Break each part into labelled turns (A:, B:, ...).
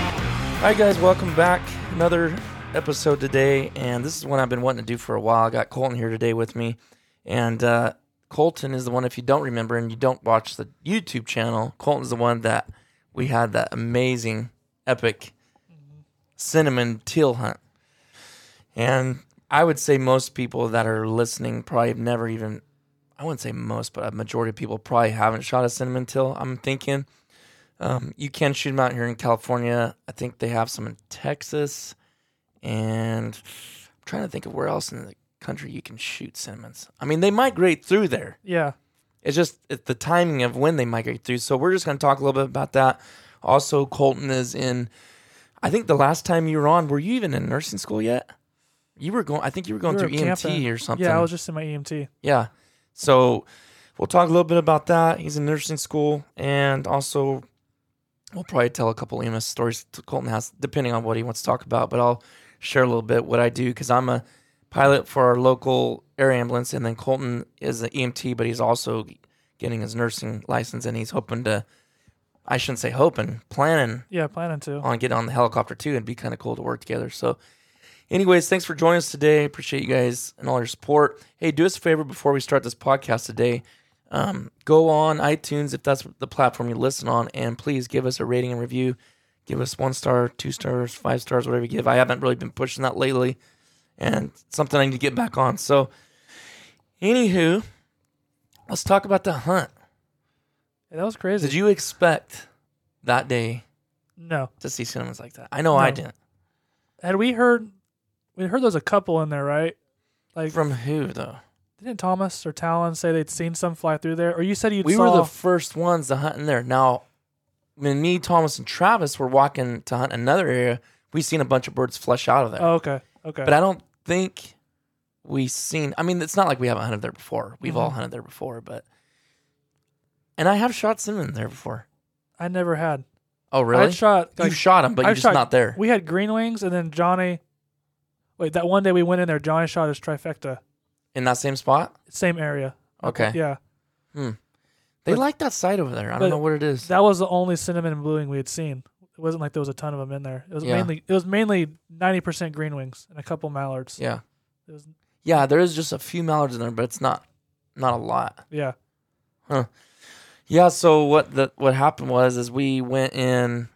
A: All right, guys, welcome back. Another episode today, and this is one I've been wanting to do for a while. I got Colton here today with me, and uh, Colton is the one. If you don't remember and you don't watch the YouTube channel, Colton's the one that we had that amazing, epic cinnamon teal hunt. And I would say most people that are listening probably have never even, I wouldn't say most, but a majority of people probably haven't shot a cinnamon till. I'm thinking um, you can shoot them out here in California. I think they have some in Texas. And I'm trying to think of where else in the country you can shoot cinnamons. I mean, they migrate through there.
B: Yeah.
A: It's just it's the timing of when they migrate through. So we're just going to talk a little bit about that. Also, Colton is in. I think the last time you were on, were you even in nursing school yet? You were going. I think you were going
B: We were
A: through EMT
B: camping.
A: or something.
B: Yeah, I was just in my E EMT.
A: Yeah. So we'll talk a little bit about that. He's in nursing school, and also we'll probably tell a couple EMS stories to Colton has, depending on what he wants to talk about. But I'll share a little bit what I do because I'm a pilot for our local air ambulance, and then Colton is an EMT, but he's also getting his nursing license, and he's hoping to. I shouldn't say hoping, planning
B: Yeah, planning to.
A: on getting on the helicopter too. It'd be kind of cool to work together. So, anyways, thanks for joining us today. Appreciate you guys and all your support. Hey, do us a favor before we start this podcast today. Um, go on iTunes if that's the platform you listen on, and please give us a rating and review. Give us one star, two stars, five stars, whatever you give. I haven't really been pushing that lately, and something I need to get back on. So, anywho, let's talk about the hunt.
B: Yeah, that was crazy.
A: Did you expect that day
B: No.
A: to see cinemas like that? I know I
B: No.
A: didn't.
B: Had we heard we heard there's a couple in there, right? Like
A: From who though?
B: didn't Thomas or Talon say they'd seen some fly through there? Or you said you
A: We
B: saw
A: were the first ones to hunt in there. Now, when me, Thomas, and Travis were walking to hunt another area, we seen a bunch of birds flush out of there.
B: Oh, okay. Okay.
A: But I don't think we seen. I mean, it's not like we haven't hunted there before. We've all
B: Mhm.
A: hunted there before, but and I have shot cinnamon there before.
B: I, never had.
A: Oh, really?
B: I shot
A: you
B: like,
A: shot them, but
B: I've
A: you're just
B: shot-
A: not there.
B: we had green wings and then Johnny Wait, that one day we went in there, Johnny shot his trifecta.
A: in that same spot.
B: Same area.
A: Okay.
B: Yeah.
A: They
B: but-
A: like that site over there. I
B: but
A: don't know what it is.
B: That was the only cinnamon and blueing we had seen. It wasn't like there was a ton of them in there. It was
A: Yeah.
B: mainly it was mainly ninety percent green wings and a couple mallards.
A: yeah,
B: It was
A: yeah. There is just a few mallards in there, but it's not not a lot.
B: yeah.
A: Yeah, so what the what happened was is we went in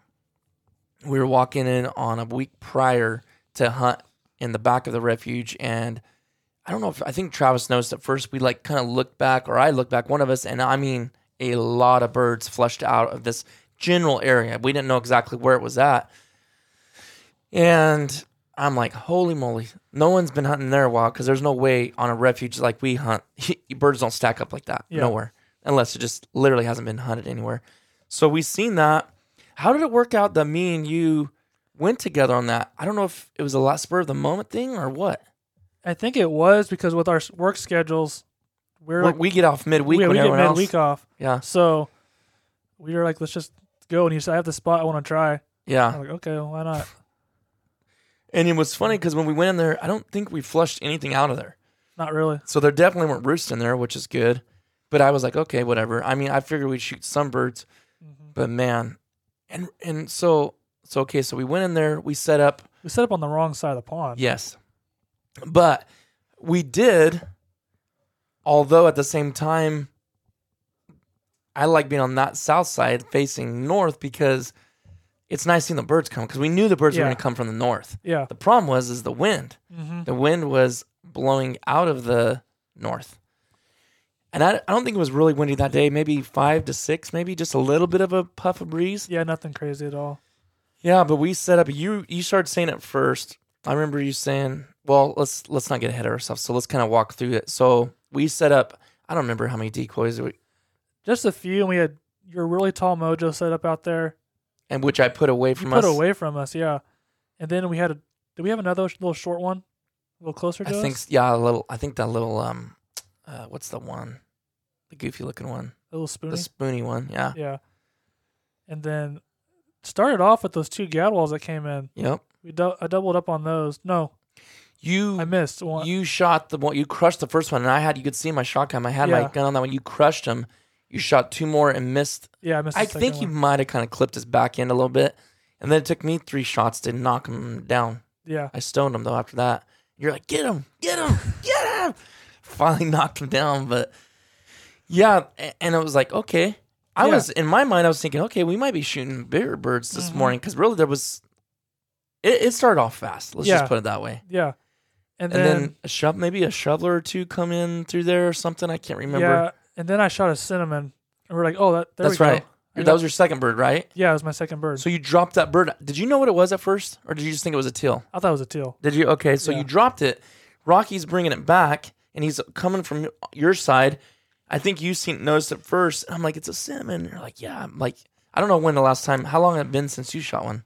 A: we were walking in on a week prior to hunt in the back of the refuge and I don't know if I think Travis noticed at first we like kind of looked back or I looked back one of us and I mean a lot of birds flushed out of this general area. We didn't know exactly where it was at. And I'm like, holy moly, no one's been hunting there a while because there's no way on a refuge like we hunt, birds don't stack up like that
B: Yeah.
A: nowhere unless it just literally hasn't been hunted anywhere. So we seen that. How did it work out that me and you went together on that? I don't know if it was a lot spur of the moment thing or what.
B: I think it was because with our s- work schedules, we're
A: Like,
B: like,
A: we get off midweek
B: yeah,
A: when
B: we get
A: everyone else.
B: midweek off.
A: Yeah,
B: So we were like, let's just go. And you said, I have this spot I want to try.
A: yeah.
B: I'm like, okay, well, why not?
A: And it was funny because when we went in there, I don't think we flushed anything out of there.
B: Not really.
A: So there definitely weren't roosts in there, which is good. But I was like, okay, whatever. I mean, I figured we'd shoot some birds,
B: Mhm.
A: but man, and and so so okay. So we went in there, we set up.
B: We set up on the wrong side of the pond.
A: Yes. But we did, although at the same time, I like being on that south side facing north because it's nice seeing the birds come because we knew the birds were
B: Yeah.
A: going to come from the north.
B: Yeah.
A: The problem was is the wind.
B: hmm
A: The wind was blowing out of the north. And I, I don't think it was really windy that day, maybe five to six, maybe just a little bit of a puff of breeze.
B: Yeah, nothing crazy at all.
A: Yeah, but we set up. You you started saying it first. I remember you saying, "Well, let's let's not get ahead of ourselves. So let's kind of walk through it." So we set up. I don't remember how many decoys we,
B: Just a few. And we had your really tall mojo set up out there.
A: and which I put away
B: You
A: from
B: put
A: us.
B: away from us. Yeah. And then we had a, did we have another sh- little short one? A little closer
A: I
B: to us?
A: think yeah, a little. I think that little um, uh, what's the one, the goofy looking one,
B: A little spoony?
A: the spoony one. Yeah.
B: yeah. And then started off with those two gadwalls that came in.
A: Yep.
B: We dou- I doubled up on those. No, I
A: You
B: missed one.
A: Hmm. you shot the one. You crushed the first one, and I had you could see my shotgun. I had my
B: Yeah.
A: gun on that one. You crushed him. You shot two more and missed
B: yeah, I missed. The
A: I
B: second
A: think you
B: one.
A: might have kind of clipped his back end a little bit, And then it took me three shots to knock him down.
B: Yeah.
A: I stoned him though after that. You're like, get him, get him, get him. Finally knocked him down, but yeah, a- and it was like, okay. I
B: Yeah.
A: was in my mind, I was thinking, okay, we might be shooting bigger birds this
B: Mhm.
A: morning because really there was. It, it started off fast. Let's
B: Yeah.
A: just put it that way.
B: Yeah.
A: And,
B: And,
A: then,
B: then
A: a shove, maybe a shoveler or two come in through there or something. I can't remember.
B: Yeah, and then I shot a cinnamon, and we're like, "Oh, that there
A: That's
B: we go.
A: right.
B: I
A: That
B: got-
A: was your second bird, right?
B: yeah, it was my second bird.
A: So you dropped that bird. Did you know what it was at first, or did you just think it was a teal?
B: I thought it was a teal.
A: Did you? Okay, so
B: Yeah.
A: you dropped it. Rocky's bringing it back, and he's coming from your side. I think you seen noticed it first. And I'm like, it's a salmon. You're like, yeah. I'm like, I don't know when the last time. How long had it been since you shot one?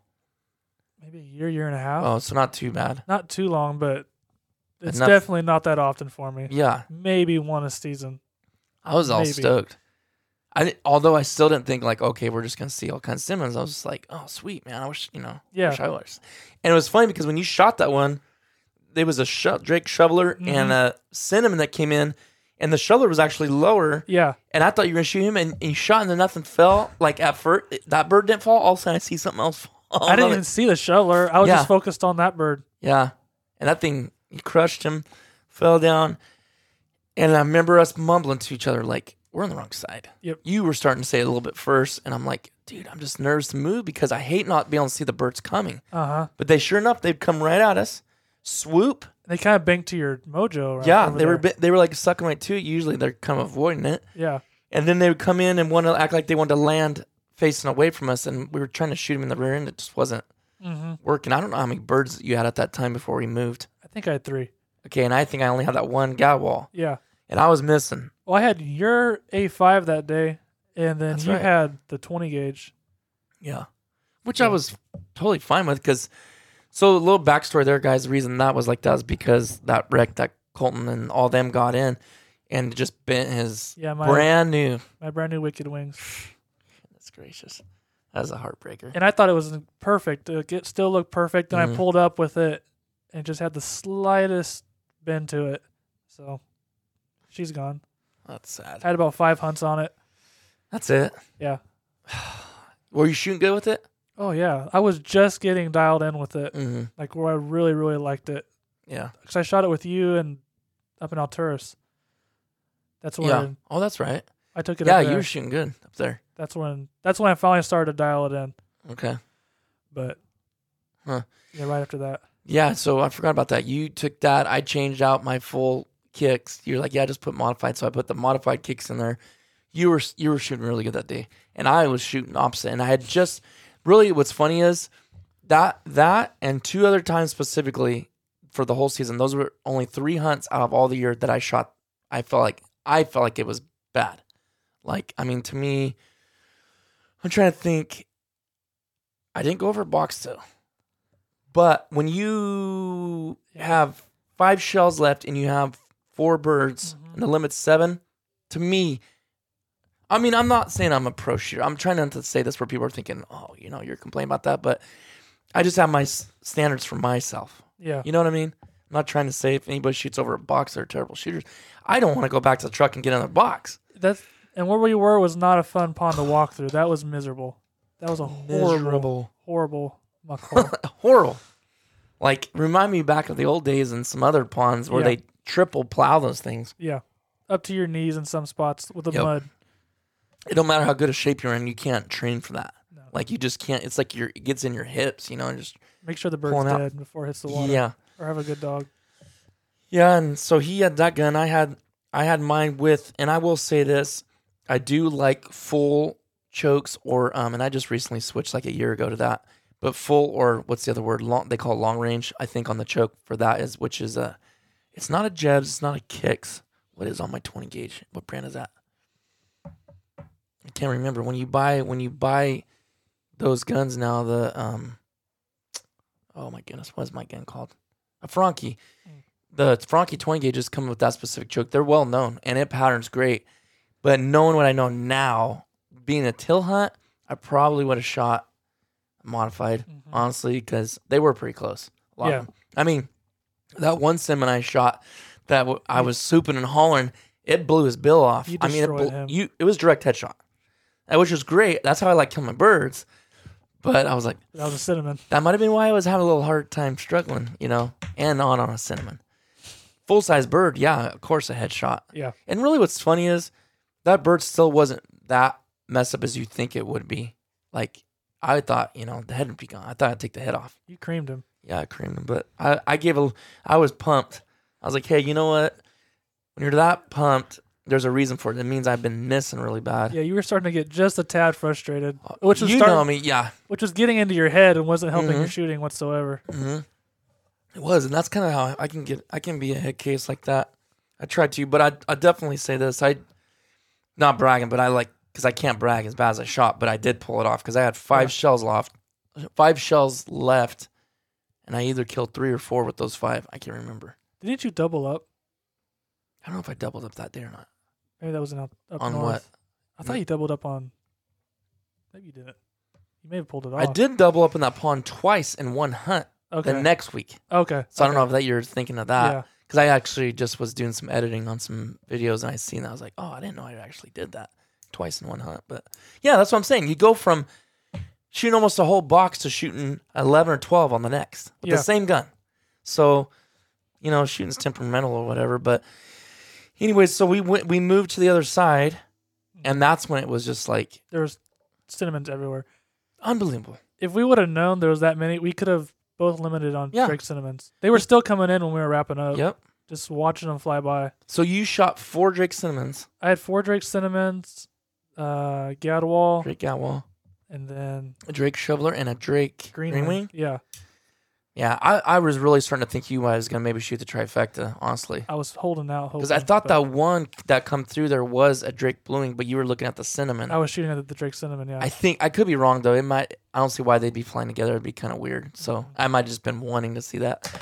B: Maybe a year, year and a half.
A: Oh, so not too bad.
B: Not too long, but it's
A: Enough.
B: definitely not that often for me.
A: Yeah,
B: Maybe one a season.
A: I was all
B: Maybe.
A: stoked. I di- although I still didn't think like, okay, we're just gonna see all kinds of salmons. I was just like, oh, sweet man. I wish you know.
B: Yeah.
A: Wish I was. And it was funny because when you shot that one, there was a sho- Drake shoveler
B: Mm-hmm.
A: and a cinnamon that came in, and the shoveler was actually lower.
B: Yeah,
A: And I thought you were gonna shoot him, and, and you shot, and then nothing fell. Like at first, that bird didn't fall. All of a sudden, I see something else fall.
B: I didn't even see the shoveler. I was
A: Yeah.
B: just focused on that bird.
A: Yeah, and that thing he crushed him, fell down, and I remember us mumbling to each other like, "We're on the wrong side."
B: Yep.
A: You were starting to say it a little bit first, and I'm like, "Dude, I'm just nervous to move because I hate not being able to see the birds coming."
B: Uh huh.
A: But they sure enough, they'd come right at us, swoop.
B: They kind of banked to your mojo. Right
A: yeah,
B: over
A: they were
B: there.
A: bit, they were like sucking right to it. Usually they're kind of avoiding it,
B: Yeah,
A: and then they would come in and want to act like they wanted to land facing away from us, and we were trying to shoot them in the rear end. It just wasn't
B: mm-hmm.
A: working. I don't know how many birds you had at that time before we moved.
B: I think I had three.
A: Okay, and I think I only had that one guy wall,
B: Yeah.
A: and I was missing.
B: Well, I had your A5 that day, and then
A: That's
B: you
A: right.
B: had the 20 gauge.
A: Yeah, which I was totally fine with because. So a little backstory there, guys. The reason that was like that was because that wreck that Colton and all them got in, and just bent his
B: Yeah, my
A: brand new.
B: my brand new Wicked Wings.
A: That's gracious. That was a heartbreaker.
B: and I thought it was perfect. It get- still looked perfect. Then I
A: Mhm.
B: pulled up with it and just had the slightest bend to it. So she's gone.
A: That's sad.
B: I had about five hunts on it.
A: That's it.
B: Yeah.
A: Were you shooting good with it?
B: Oh yeah, I was just getting dialed in with it,
A: Mm-hmm.
B: like where I really, really liked it
A: Yeah.
B: because I shot it with you and up in Alturas. That's when
A: Yeah. Oh, that's right.
B: I took it.
A: Yeah,
B: up
A: you
B: there.
A: were shooting good up there.
B: that's when that's when I finally started to dial it in.
A: Okay.
B: But
A: Huh.
B: yeah, right after that,
A: Yeah, so I forgot about that. You took that. I changed out my full kicks. You're like, yeah, just put modified. So I put the modified kicks in there. You were you were shooting really good that day, and I was shooting opposite. And I had just really what's funny is that that and two other times specifically for the whole season. Those were only three hunts out of all the year that I shot. I felt like I felt like it was bad. Like I mean, to me, I'm trying to think. I didn't go over box though. But when you have five shells left and you have four birds
B: Mhm.
A: and the limit's seven, to me, I mean, I'm not saying I'm a pro shooter. I'm trying not to say this where people are thinking, oh, you know, you're complaining about that. But I just have my s- standards for myself.
B: yeah,
A: You know what I mean? I'm not trying to say if anybody shoots over a box, they're terrible shooters. I don't want to go back to the truck and get another box.
B: That's and where we were was not a fun pond to walk through. That was miserable. That was a horrible, horrible muck hole.
A: horrible. Like remind me back of the old days in some other ponds where
B: Yeah.
A: they triple plow those things.
B: yeah, up to your knees in some spots with the
A: Yep.
B: mud.
A: It don't matter how good a shape you're in, you can't train for that.
B: No.
A: Like you just can't. It's like your it gets in your hips, you know, and just
B: Make sure the bird's
A: Pulling out.
B: dead before it hits the water,
A: yeah,
B: or have a good dog.
A: yeah. And so he had that gun. I had I had mine with, and I will say this, I do like full chokes or um, and I just recently switched like a year ago to that, but full or what's the other word? Long they call it long range. I think on the choke for that is which is a, it's not a Jebs, it's not a Kicks. What is on my twenty gauge? What brand is that? I can't remember. When you buy when you buy those guns now, the um, oh my goodness, what is my gun called? A Franke. The Franke twenty gauges come with that specific choke. They're well known and it patterns great. But knowing what I know now, being a till hunt, I probably would have shot modified, honestly, because they were pretty close. A lot
B: Yeah.
A: of them. I mean, that one salmon I shot that w- I was souping and hollering, it blew his bill off.
B: You
A: I mean, it,
B: destroyed
A: blew,
B: him.
A: you, it was direct headshot, uh, which was great. That's how I like killing my birds. But I was like,
B: That was a cinnamon.
A: that might have been why I was having a little hard time struggling, you know, and on on a cinnamon. Full size bird, yeah, of course a headshot.
B: Yeah.
A: And really what's funny is that bird still wasn't that messed up as you think it would be. Like I thought, you know, the head would be gone. I thought I'd take the head off.
B: You creamed him.
A: Yeah, I creamed him. But I, I gave a I was pumped. I was like, hey, you know what? When you're that pumped, there's a reason for it. It means I've been missing really bad.
B: Yeah, you were starting to get just a tad frustrated, which was
A: Uh, you
B: starting,
A: know me, yeah.
B: which was getting into your head and wasn't helping your
A: Mhm.
B: shooting whatsoever.
A: hmm It was, and that's kind of how I can get. I can be a head case like that. I tried to, but I I definitely say this. I not bragging, but I like because I can't brag as bad as I shot, but I did pull it off because I had five
B: Yeah.
A: shells loft, five shells left, and I either killed three or four with those five. I can't remember.
B: Didn't you double up?
A: I don't know if I doubled up that day or not.
B: Maybe that was an up, up
A: On
B: north.
A: what?
B: I thought you doubled up on. Maybe you didn't. You may have pulled it off.
A: I did double up in that pond twice in one hunt
B: Okay.
A: the next week.
B: okay.
A: So I don't know if that you're thinking of that.
B: Yeah.
A: because I actually just was doing some editing on some videos and I seen that I was like, oh, I didn't know I actually did that twice in one hunt. But yeah, that's what I'm saying. You go from shooting almost a whole box to shooting eleven or twelve on the next with
B: Yeah.
A: the same gun. So you know, shooting's temperamental or whatever. But anyways, so we went, we moved to the other side, and that's when it was just like
B: There was cinnamons everywhere.
A: unbelievable.
B: If we would have known there was that many, we could have both limited on
A: Yeah.
B: straight cinnamons. They were still coming in when we were wrapping up.
A: Yep.
B: Just watching them fly by.
A: So you shot four Drake Cinnamons,
B: I had four Drake cinnamons, uh, Gadwall,
A: Drake Gatwall,
B: and then
A: a Drake Shoveler, and a Drake
B: Green,
A: Green Wing.
B: Yeah,
A: Yeah, I, I was really starting to think you guys gonna maybe shoot the trifecta, honestly,
B: I was holding out hope
A: because I thought that one that come through there was a Drake Bluing, but you were looking at the cinnamon.
B: I was shooting at the Drake cinnamon. Yeah,
A: I think I could be wrong though. It might. I don't see why they'd be flying together. It'd be kind of weird. So I might just been wanting to see that.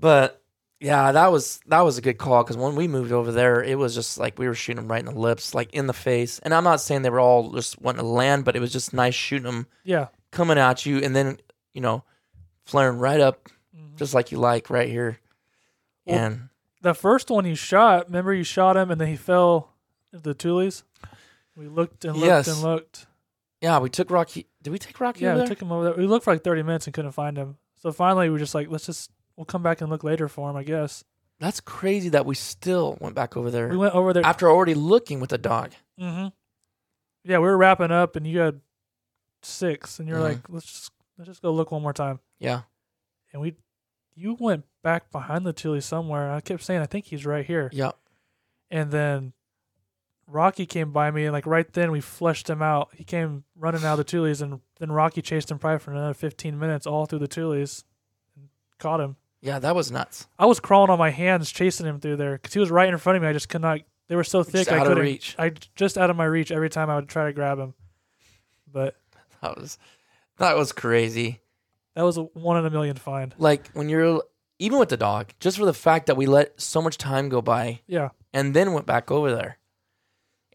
A: But yeah, that was that was a good call because when we moved over there, it was just like we were shooting 'em right in the lips, like in the face. And I'm not saying they were all just wanting to land, but it was just nice shooting them
B: yeah.
A: coming at you, and then you know, flaring right up
B: Mhm.
A: just like you like right here.
B: Well-
A: And
B: The first one you shot, remember you shot him and then he fell into the tulies? We looked and looked
A: Yes.
B: and looked.
A: yeah, we took Rocky. Did we take Rocky?
B: Yeah,
A: over
B: we
A: there?
B: took him over there. We looked for like 30 minutes and couldn't find him. So finally, we were just like, let's just, we'll come back and look later for him, I guess.
A: That's crazy that we still went back over there
B: We went over there.
A: after already looking with the dog.
B: hmm Yeah, we were wrapping up and you had six and you're
A: Mhm.
B: like, let's just, let's just go look one more time.
A: Yeah,
B: And we, you went back behind the tulies somewhere. and I kept saying, I think he's right here.
A: yeah,
B: and then Rocky came by me, and like right then we flushed him out. He came running out of the Tulies, and then Rocky chased him probably for another 15 minutes all through the Tulies and caught him.
A: yeah. That was nuts.
B: I was crawling on my hands chasing him through there because he was right in front of me. I just could not. They were so thick,
A: Just
B: I
A: out of
B: couldn't.
A: reach.
B: I just out of my reach every time I would try to grab him. But
A: That was that was crazy.
B: that was a one in a million find.
A: Like when you're even with the dog, just for the fact that we let so much time go by
B: Yeah,
A: and then went back over there.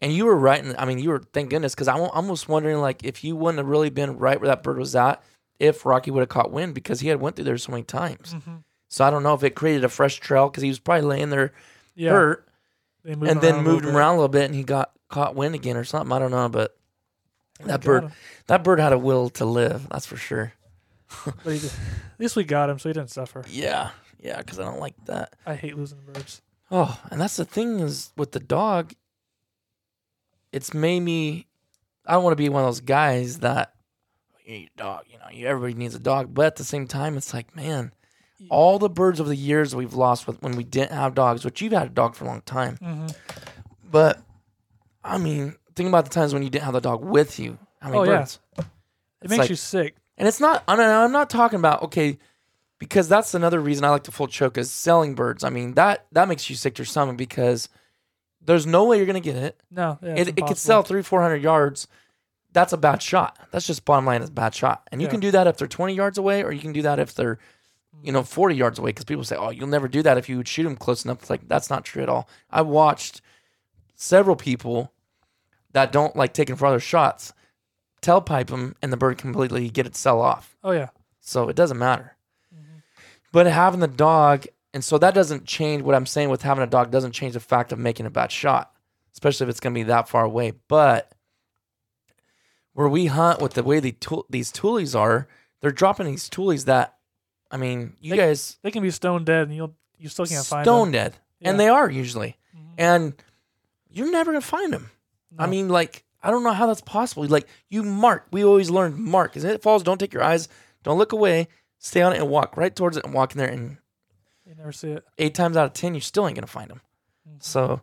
A: And you were right. In, I mean, you were thank goodness because I'm almost wondering like if you wouldn't have really been right where that bird was at, if Rocky would have caught wind because he had went through there so many times.
B: Mm-hmm.
A: So I don't know if it created a fresh trail because he was probably laying there
B: yeah.
A: hurt
B: They moved
A: and then
B: a little
A: moved him
B: bit.
A: around a little bit and he got caught wind again or something. I don't know, but that
B: Got
A: bird
B: him.
A: that bird had a will to live, that's for sure.
B: But he did- at least we got him, so he didn't suffer.
A: Yeah, yeah, because I don't like that.
B: I hate losing birds.
A: Oh, and that's the thing is with the dog. It's made me. I don't want to be one of those guys that you need a dog. You know, you, everybody needs a dog, but at the same time, it's like man. All the birds over the years we've lost with when we didn't have dogs, which you've had a dog for a long time.
B: hmm
A: But I mean, think about the times when you didn't have the dog with you. How many
B: Oh, yeah.
A: birds?
B: It
A: It's
B: makes
A: like-
B: you sick.
A: And it's not. I don't know, I'm not talking about okay, because that's another reason I like to full choke is selling birds. I mean that that makes you sick to your stomach because there's no way you're gonna get it.
B: No, yeah,
A: It,
B: it's
A: it could
B: impossible.
A: sell three four hundred yards. That's a bad shot. That's just bottom line. It's a bad shot, and you
B: Yeah.
A: can do that if they're twenty yards away, or you can do that if they're, you know, forty yards away. Because people say, "Oh, you'll never do that if you would shoot them close enough." It's like that's not true at all. I watched several people that don't like taking farther shots, tailpipe them, and the bird completely get it sell off.
B: Oh yeah,
A: So it doesn't matter. But having the dog, and so that doesn't change what I'm saying with having a dog doesn't change the fact of making a bad shot, especially if it's going to be that far away. But where we hunt with the way the tool, these toolies are, they're dropping these toolies that, I mean, you
B: They-
A: guys
B: They can be stone dead, and you'll you still can't find
A: stone
B: them.
A: dead,
B: Yeah.
A: and they are usually,
B: Mhm.
A: and you're never gonna find them. I
B: No.
A: mean, like I don't know how that's possible. Like you mark, we always learned mark. As it falls, don't take your eyes, don't look away, stay on it and walk right towards it and walk in there. And
B: you never see it.
A: eight times out of ten, you still ain't gonna find them.
B: Mm-hmm.
A: So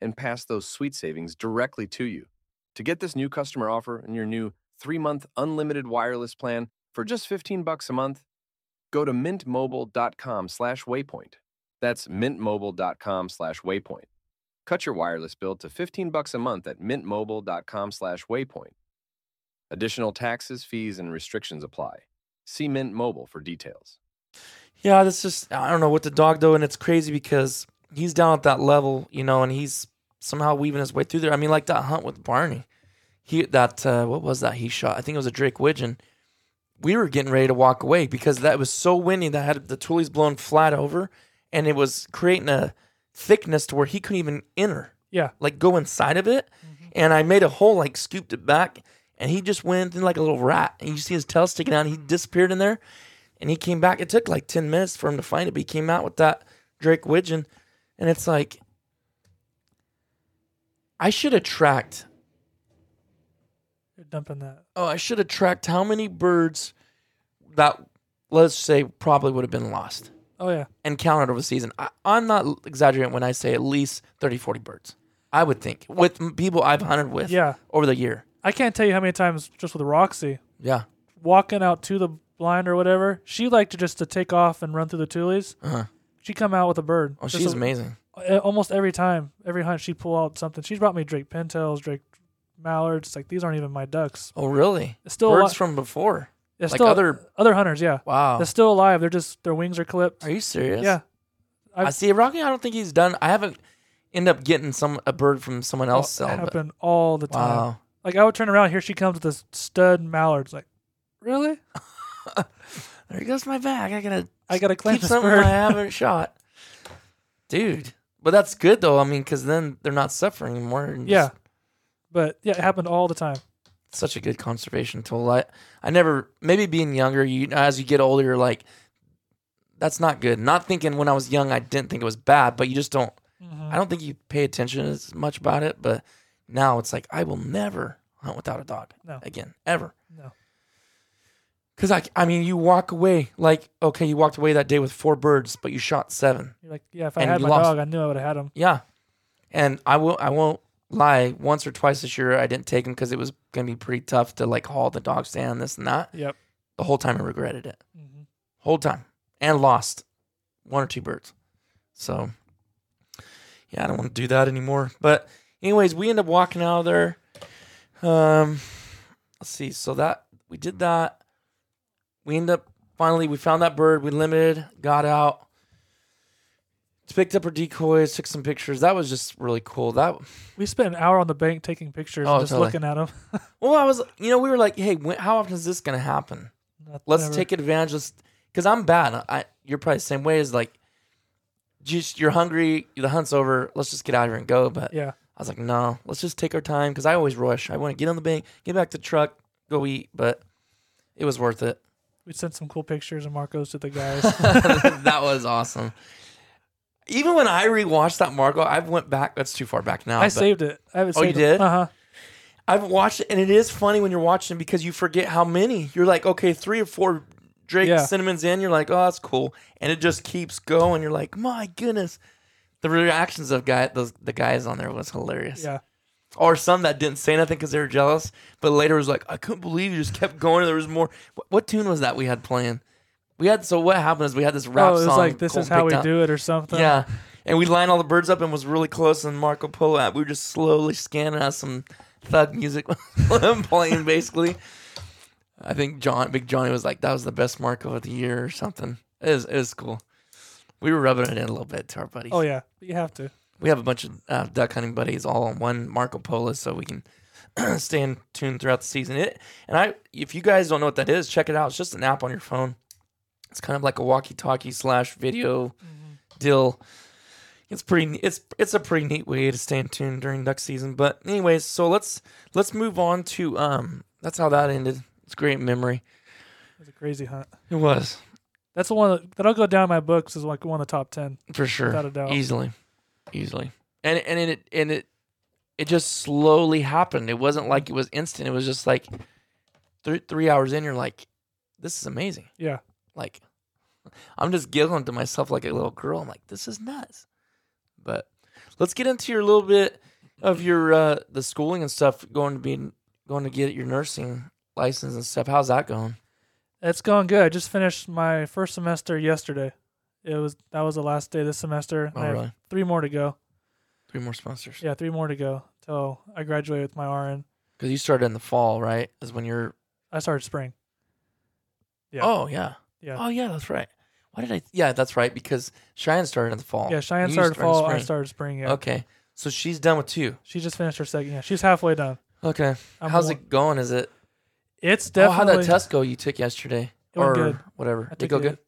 C: and pass those sweet savings directly to you. To get this new customer offer and your new three-month unlimited wireless plan for just 15 bucks a month, go to mintmobile.com slash waypoint. That's mintmobile.com slash waypoint. Cut your wireless bill to 15 bucks a month at mintmobile.com slash waypoint. Additional taxes, fees, and restrictions apply. See Mint Mobile for details.
A: yeah, that's just I don't know what the dog though, and it's crazy because he's down at that level, you know, and he's somehow weaving his way through there. I mean, like that hunt with Barney. He that uh, what was that he shot? I think it was a Drake Widgeon. We were getting ready to walk away because that was so windy that had the toolies blown flat over, and it was creating a thickness to where he couldn't even enter.
B: Yeah.
A: like go inside of it. And I made a hole, like scooped it back, and he just went in like a little rat. And you see his tail sticking out, and he disappeared in there. And he came back. It took like 10 minutes for him to find it, but he came out with that Drake Widgeon. And it's like, I should attract,
B: You're dumping that.
A: oh, I should attract how many birds that, let's say, probably would have been lost
B: Oh yeah.
A: and counted over the season. I, I'm not exaggerating when I say at least 30, 40 birds. I would think with m- people I've hunted with
B: Yeah.
A: over the year.
B: I can't tell you how many times just with Roxy
A: Yeah.
B: walking out to the blind or whatever, she liked to just to take off and run through the tulies.
A: Uh-huh.
B: She come out with a bird.
A: Oh,
B: Just
A: she's
B: a-
A: amazing.
B: uh, almost every time, every hunt, she pull out something. She's brought me Drake pintails, Drake mallards. It's like these aren't even my ducks.
A: Oh, really?
B: It's still a
A: birds
B: lot-
A: from before.
B: They're
A: Like
B: still
A: other-
B: other hunters, yeah.
A: Wow.
B: They're still alive. They're just their wings are clipped.
A: Are you serious?
B: Yeah,
A: i
B: I've-
A: see Rocky. I don't think he's done. I haven't end up getting some a bird from someone else.
B: Well,
A: selling,
B: it uh,
A: but-
B: happen all the time.
A: wow.
B: Like I would turn around, here she comes with this stud mallard. It's like, really?
A: There goes my bag. I gotta.
B: I gotta claim
A: keep
B: this
A: something
B: bird.
A: I haven't shot, dude. But that's good though. I mean, because then they're not suffering anymore. and
B: Yeah,
A: just-
B: but yeah, it happened all the time.
A: such a good conservation tool. I I never maybe being younger. You as you get older, you're like, that's not good. Not thinking when I was young, I didn't think it was bad, but you just don't
B: Mm-hmm.
A: I don't think you pay attention as much about it, but now it's like I will never hunt without a dog
B: No.
A: again, ever.
B: No.
A: Cause I, I mean, you walk away like okay, you walked away that day with four birds, but you shot seven.
B: You're like, yeah, if I
A: And
B: had
A: you
B: my
A: lost-
B: dog, I knew I would have had him.
A: Yeah, and I will, I won't lie. Once or twice this year, I didn't take them because it was gonna be pretty tough to like haul the dog stand, this and that.
B: Yep.
A: The whole time I regretted it,
B: hmm
A: whole time, and lost one or two birds. So, yeah, I don't want to do that anymore. But, anyways, we end up walking out of there. Um, let's see. So that we did that. We end up finally we found that bird. We limited, got out, picked up her decoys, took some pictures. That was just really cool. That
B: We spent an hour on the bank taking pictures,
A: Oh,
B: and just
A: totally.
B: looking at them.
A: well, I was you know we were like, hey, when, how often is this gonna happen? Let's take advantage. Let's because I'm bad. I you're probably the same way as like, just you're hungry. The hunt's over. Let's just get out of here and go. But
B: Yeah.
A: I was like, no, let's just take our time because I always rush. I want to get on the bank, get back to the truck, go eat. But it was worth it.
B: We sent some cool pictures of Marcos to the guys.
A: that was awesome. Even when I rewatched that Marco, I went back. That's too far back now.
B: I
A: but
B: saved it. I haven't
A: Oh, you
B: saved
A: did?
B: Uh huh.
A: I've watched it, and it is funny when you're watching because you forget how many. You're like, okay, three or four Drake
B: Yeah.
A: Cinnamon's in. You're like, oh, that's cool, and it just keeps going. You're like, my goodness, the reactions of guy those the guys on there was hilarious.
B: Yeah.
A: Or some that didn't say nothing because they were jealous, but later was like, I couldn't believe you just kept going. There was more. What, what tune was that we had playing? We had so what happened is we had this rap
B: oh, it was
A: song.
B: like this is
A: Colton
B: how
A: picked
B: we
A: out.
B: do it or something.
A: Yeah. And we lined all the birds up and was really close and Marco Polo app. We were just slowly scanning out some thug music playing basically. I think John Big Johnny was like, that was the best Marco of the year or something. It is it is cool. We were rubbing it in a little bit to our buddies.
B: Oh yeah, you have to.
A: We have a bunch of uh, duck hunting buddies all on one Marco Polo so we can stay in tune throughout the season. It and I if you guys don't know what that is, check it out. It's just an app on your phone. It's kind of like a walkie-talkie slash video deal. It's pretty. ne- It's it's a pretty neat way to stay in tune during duck season. But anyways, so let's let's move on to um. That's how that ended. It's a great memory.
B: It was a crazy hunt.
A: It was
B: That's the one that, that'll go down in my books as like one of the top ten.
A: for sure.
B: Without a doubt.
A: Easily, easily. And and it and it it just slowly happened. It wasn't like it was instant. It was just like three three hours in. You're like, this is amazing.
B: Yeah.
A: Like, I'm just giggling to myself like a little girl. I'm like, this is nuts. But let's get into your little bit of your uh the schooling and stuff. Going to be going to get your nursing license and stuff. How's that going?
B: It's going good. I just finished my first semester yesterday. It was that was the last day this semester. and
A: Oh,
B: I have
A: really?
B: Three more to go.
A: Three more sponsors.
B: Yeah, three more to go till I graduate with my RN.
A: Because you started in the fall, right? Is when you're
B: I started spring. Yeah.
A: Oh yeah.
B: Yeah.
A: Oh yeah, that's right. Why did I? Yeah, that's right. Because Cheyenne started in the fall.
B: Yeah, Cheyenne
A: Oh, You
B: started
A: in
B: fall. I
A: spring.
B: started spring. Yeah.
A: Okay, so she's done with two.
B: She just finished her second. Yeah, she's halfway done.
A: Okay,
B: I'm
A: how's
B: one-
A: it going? Is it?
B: It's
A: Oh,
B: definitely.
A: how'd that test go you took yesterday
B: It went
A: or
B: good.
A: whatever?
B: I
A: Did it
B: took
A: go good?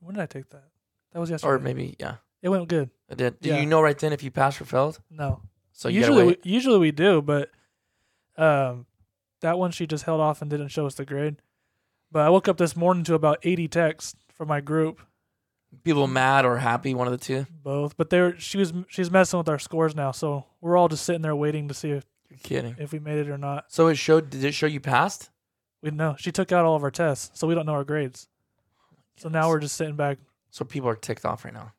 B: When did I take that? That was yesterday.
A: Or maybe yeah,
B: it went good.
A: it did. Did
B: Yeah.
A: you know right then if you passed or failed?
B: No.
A: So you
B: usually,
A: gotta wait.
B: we, usually we do, but um, that one she just held off and didn't show us the grade. But I woke up this morning to about 80 texts from my group,
A: People mad or happy, one of the two.
B: both. But they were, she was she's messing with our scores now, so we're all just sitting there waiting to see if,
A: You're kidding.
B: if we made it or not.
A: So it showed. Did it show you passed?
B: We didn't know she took out all of our tests, so we don't know our grades. So now we're just sitting back,
A: So people are ticked off right now.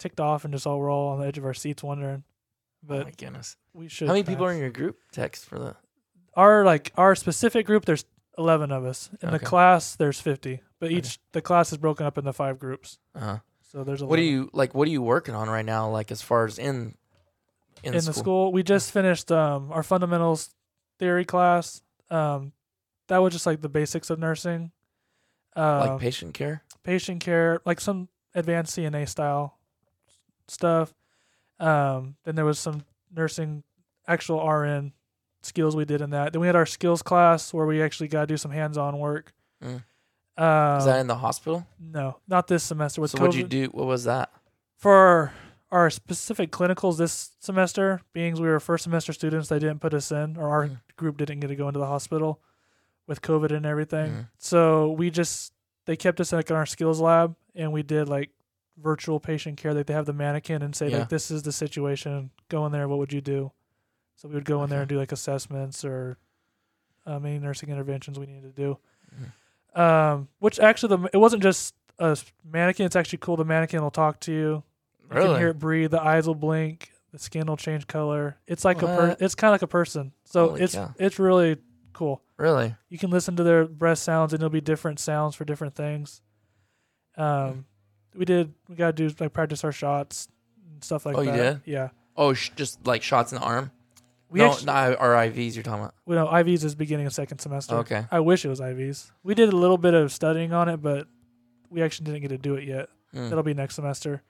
B: ticked off, and just all we're all on the edge of our seats wondering.
A: oh
B: But
A: my goodness.
B: we should.
A: How many people
B: pass.
A: are in your group text for the?
B: our like our specific group there's 11 of us in the
A: Okay.
B: class there's 50 but
A: Okay.
B: each the class is broken up into five groups
A: Uh-huh.
B: so there's 11.
A: What are you like? What are you working on right now? Like as far as in in,
B: in, the school we just finished um our fundamentals theory class um that was just like the basics of nursing uh
A: like patient care.
B: patient care like some advanced cna style stuff um then there was some nursing actual rn skills we did in that then we had our skills class where we actually got to do some hands-on work
A: Mm.
B: Um,
A: Is that in the hospital?
B: No, not this semester. With
A: So
B: COVID,
A: what'd you do? What was that?
B: for our specific clinicals this semester? Being we were first semester students, they didn't put us in, or our
A: Mm.
B: group didn't get to go into the hospital with COVID and everything.
A: Mhm.
B: So we just they kept us like in our skills lab, and we did like virtual patient care. Like they have the mannequin and say
A: Yeah.
B: like this is the situation. Go in there. What would you do? So we would go in there
A: Okay.
B: and do like assessments or um, any nursing interventions we needed to do.
A: Mhm.
B: Um, which actually, the, it wasn't just a s- mannequin. It's actually cool. The mannequin will talk to you. You can hear it breathe. The eyes will blink. The skin will change color. It's like a per-
A: What?
B: it's kind of like a person. So
A: Holy
B: it's
A: cow.
B: it's really cool.
A: Really?
B: You can listen to their breath sounds, and it'll be different sounds for different things. Um, we did we got to do like practice our shots and stuff like
A: Oh, you
B: that.
A: did?
B: Yeah,
A: Oh, sh- just like shots in the arm?
B: we
A: no,
B: actually
A: not or IVs. You're talking about?
B: we know IVs is beginning of second semester.
A: Okay.
B: I wish it was IVs. We did a little bit of studying on it, but we actually didn't get to do it yet.
A: Hmm.
B: That'll be next semester.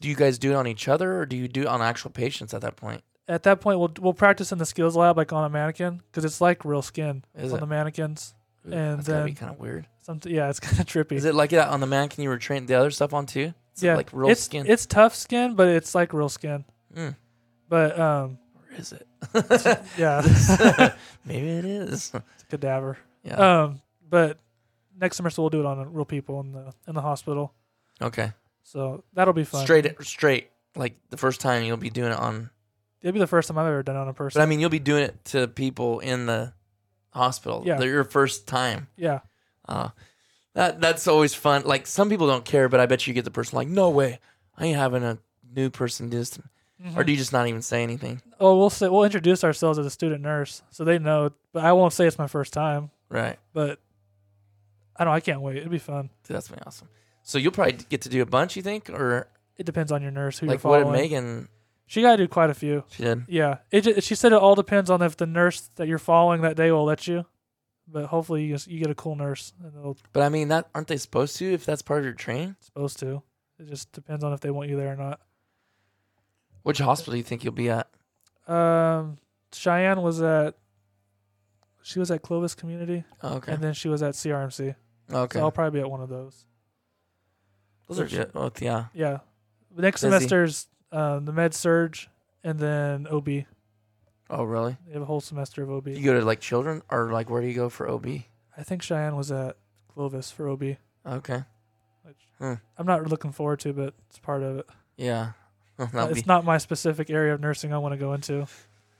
A: Do you guys do it on each other, or do you do it on actual patients at that point?
B: At that point, we'll we'll practice in the skills lab, like on a mannequin, because it's like real skin
A: Is
B: on
A: it?
B: the mannequins. and
A: That's gotta be
B: then
A: kind of weird.
B: something. Yeah, it's kind of trippy.
A: Is it like that on the man? Can you retrain the other stuff on too? Is it
B: yeah,
A: like real
B: it's,
A: skin.
B: It's tough skin, but it's like real skin.
A: Mm.
B: But um,
A: Where is it?
B: yeah, it's
A: Maybe it is.
B: a cadaver.
A: Yeah.
B: Um, but next semester we'll do it on real people in the in the hospital.
A: okay.
B: So that'll be fun.
A: Straight, straight. Like the first time you'll be doing it on,
B: It'll be the first time I've ever done it on a
A: but
B: person.
A: I mean you'll be doing it to people in the hospital.
B: Yeah.
A: They're your first time.
B: yeah,
A: Uh, that that's always fun. Like some people don't care, but I bet you get the person like, no way, I ain't having a new person do this. to me." Or do you just not even say anything?
B: Mm-hmm. Oh, we'll say we'll introduce ourselves as a student nurse, so they know. But I won't say it's my first time.
A: Right.
B: But I don't. know, I can't wait. It'll be fun.
A: Dude, that's been awesome. So you'll probably get to do a bunch, you think, or
B: It depends on your nurse who you're
A: like what
B: following.
A: did Megan
B: She got to do quite a few.
A: she did?
B: Yeah, it. Just, she said it all depends on if the nurse that you're following that day will let you. But hopefully, you, just, you get a cool nurse, and they'll
A: But I mean, that aren't they supposed to if that's part of your training?
B: supposed to. It just depends on if they want you there or not.
A: Which hospital do you think you'll be at?
B: Um, Cheyenne was at. She was at Clovis Community,
A: Oh, okay.
B: and then she was at CRMC.
A: Okay.
B: So I'll probably be at one of those.
A: Those are good. Oh, yeah.
B: Yeah, the next
A: Busy.
B: semester's um, the med surge, and then OB. They
A: Oh, really?
B: have a whole semester of OB.
A: You go to like children or like where do you go for OB?
B: I think Cheyenne was at Clovis for OB, which
A: Okay. Hmm.
B: I'm not looking forward to, but it's part of it.
A: Yeah. That'll
B: It's
A: be,
B: not my specific area of nursing I want to go into. Uh,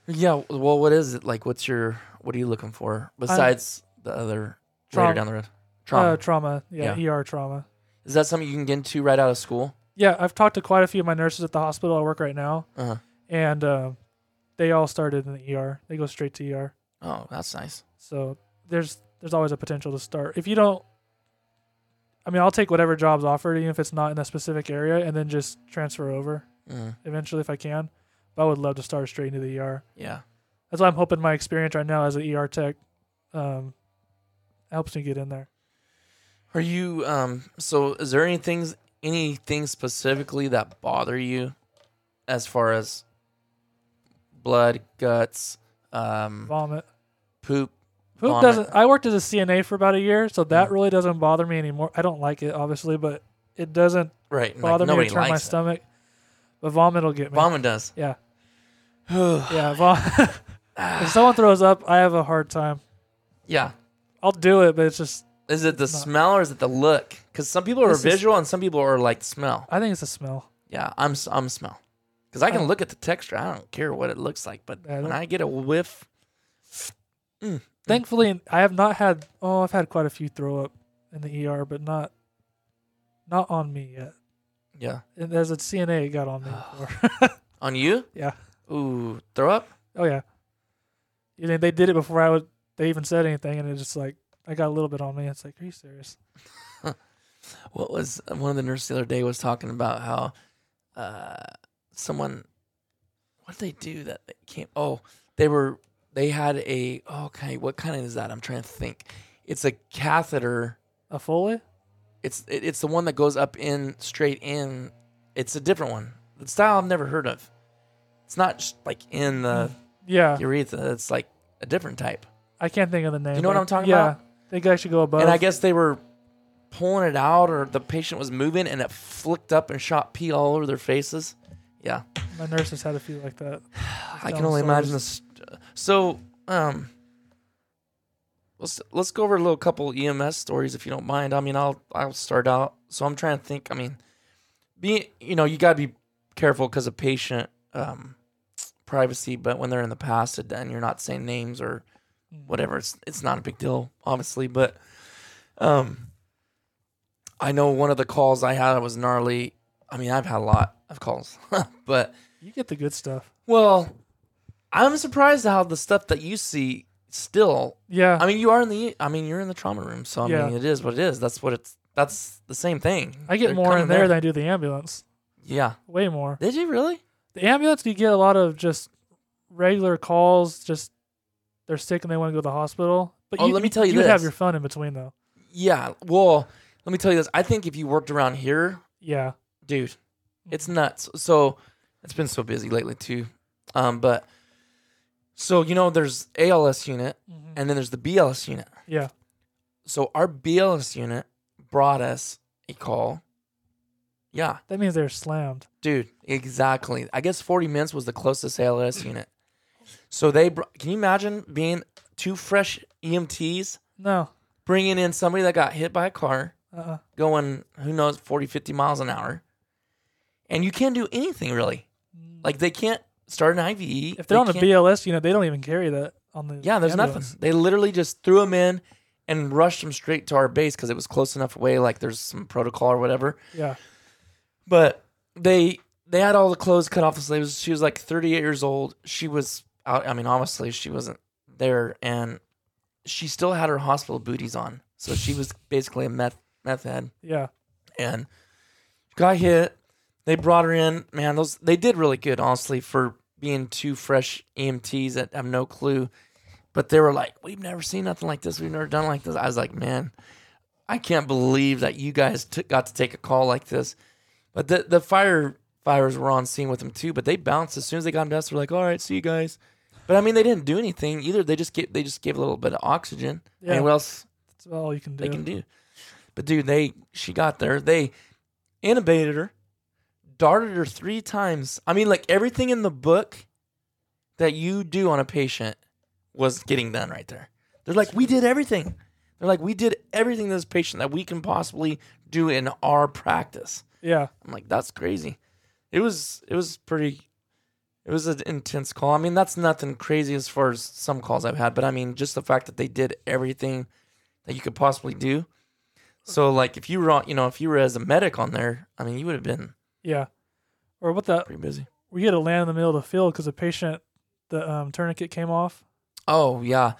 A: yeah. Well, what is it? Like, what's your, what are you looking for besides the other
B: Trauma.
A: later down the road? Trauma.
B: Uh, trauma. Yeah, ER trauma.
A: is that something you can get into right out of school?
B: Yeah, I've talked to quite a few of my nurses at the hospital I work right now,
A: Uh-huh.
B: and um, they all started in the ER. They go straight to ER.
A: Oh, that's nice.
B: So there's there's always a potential to start. If you don't, I mean, I'll take whatever job's offered, even if it's not in that specific area, and then just transfer over
A: Mm,
B: eventually if I can. But I would love to start straight into the ER.
A: yeah.
B: That's why I'm hoping my experience right now as an ER tech um, helps me get in there.
A: Are you, um, so is there anything, anything specifically that bother you as far as blood, guts, um,
B: Vomit.
A: poop?
B: Poop
A: Vomit. Mm-hmm.
B: doesn't. I worked as a CNA for about a year, so that really doesn't bother me anymore. I don't like it, obviously, but it doesn't
A: Right. and, like,
B: bother me
A: nobody
B: to turn my
A: likes it.
B: stomach. But vomit will get me.
A: Vomit does.
B: Yeah,
A: yeah.
B: yeah. Vom- if someone throws up, I have a hard time. I'll do it, but it's just.
A: Is it the
B: It's not-
A: smell or is it the look? Because some people are
B: This is-
A: visual and some people are like smell.
B: I think it's the smell.
A: Yeah, I'm s- I'm smell. Because I can
B: I-
A: look at the texture. I don't care what it looks like, but
B: I
A: when
B: don't-
A: Oh. I get a whiff,
B: Thankfully, I have not had. Oh, I've had quite a few throw up in the ER, but not. Not on me yet.
A: yeah.
B: And as a CNA, it got on me. Before.
A: On you?
B: yeah.
A: Ooh, throw up?
B: Oh yeah. You know, they did it before I would. They even said anything, and it's just like I got a little bit on me. It's like, are you serious?
A: What was uh, one of the nurses the other day was talking about how uh, someone what did they do that they came oh they were they had a oh, okay what kind is that I'm trying to think it's a catheter
B: A Foley?
A: It's it, it's the one that goes up in straight in. It's a different one. The style I've never heard of. It's not just like in the
B: Yeah,
A: urethra. It's like a different type.
B: I can't think of the name.
A: know what
B: but
A: I'm talking
B: yeah,
A: about?
B: they could actually go above.
A: And I guess they were pulling it out, or the patient was moving, and it flicked up and shot pee all over their faces. Yeah,
B: my nurses had a few like that.
A: I can only imagine this. So, um, let's let's go over a little couple EMS stories if you don't mind. I mean, I'll I'll start out. So I'm trying to think. I mean, be you know you got to be careful because of patient um, privacy. But when they're in the past and you're not saying names or whatever, it's it's not a big deal, obviously. But um, I know one of the calls I had was gnarly. I mean, I've had a lot of calls, but
B: You get the good stuff.
A: well, I'm surprised how the stuff that you see still.
B: Yeah,
A: I mean, you are in the. I mean, you're in the trauma room, so I
B: Yeah.
A: mean, it is what it is. That's what it's. That's the same thing.
B: I get
A: They're
B: more in
A: coming
B: there, than I do the ambulance.
A: yeah.
B: Way more.
A: Did you really?
B: The ambulance, you get a lot of just regular calls. Just they're sick and they want to go to the hospital. But
A: Oh,
B: you,
A: let me tell you
B: you would have
A: this.
B: your fun in between though.
A: Yeah. Well, let me tell you this. I think if you worked around here,
B: Yeah,
A: dude, it's
B: Mm-hmm.
A: nuts. So it's been so busy lately too. Um, but so you know, there's ALS unit, and then there's the BLS unit.
B: Mm-hmm. yeah.
A: So our BLS unit brought us a call. Yeah,
B: That means they're slammed.
A: dude, exactly. I guess 40 minutes was the closest ALS unit. So they br- can you imagine being two fresh EMTs
B: No.
A: bringing in somebody that got hit by a car
B: Uh-uh.
A: going who knows 40 50 miles an hour and you can't do anything really like they can't start an ive
B: Mm. If they're on a BLS, you know, they don't even carry that on the
A: yeah there's nothing
B: ambulance.
A: they literally just threw them in and rushed them straight to our base because it was close enough away like there's some protocol or whatever
B: Yeah.
A: but they they had all the clothes cut off the sleeves she was like 38 years old she was out i mean obviously she wasn't there and she still had her hospital booties on so she was basically a meth meth head
B: Yeah.
A: and got hit. They brought her in. Man, those they did really good, honestly, for being two fresh EMTs that have no clue. But they were like, "We've never seen nothing like this. We've never done like this." I was like, "Man, I can't believe that you guys t- got to take a call like this." But the the firefighters were on scene with them too. But they bounced as soon as they got them to us. They're like, "All right, see you guys." But I mean, they didn't do anything either. They just get they just gave a little bit of oxygen.
B: Yeah.
A: And what else
B: That's all you can do.
A: they can do. But dude, they she got there. They intubated her, darted her three times. I mean, like everything in the book that you do on a patient was getting done right there. They're like, we did everything. They're like, we did everything to this patient that we can possibly do in our practice.
B: Yeah.
A: I'm like, that's crazy. It was it was pretty it was an intense call. I mean, that's nothing crazy as far as some calls I've had, but I mean just the fact that they did everything that you could possibly do. So like if you were on you know, if you were as a medic on there, I mean you would have been
B: Yeah. Or what the
A: pretty busy.
B: we had to land in the middle of the field because the patient the um, tourniquet came off.
A: Oh yeah.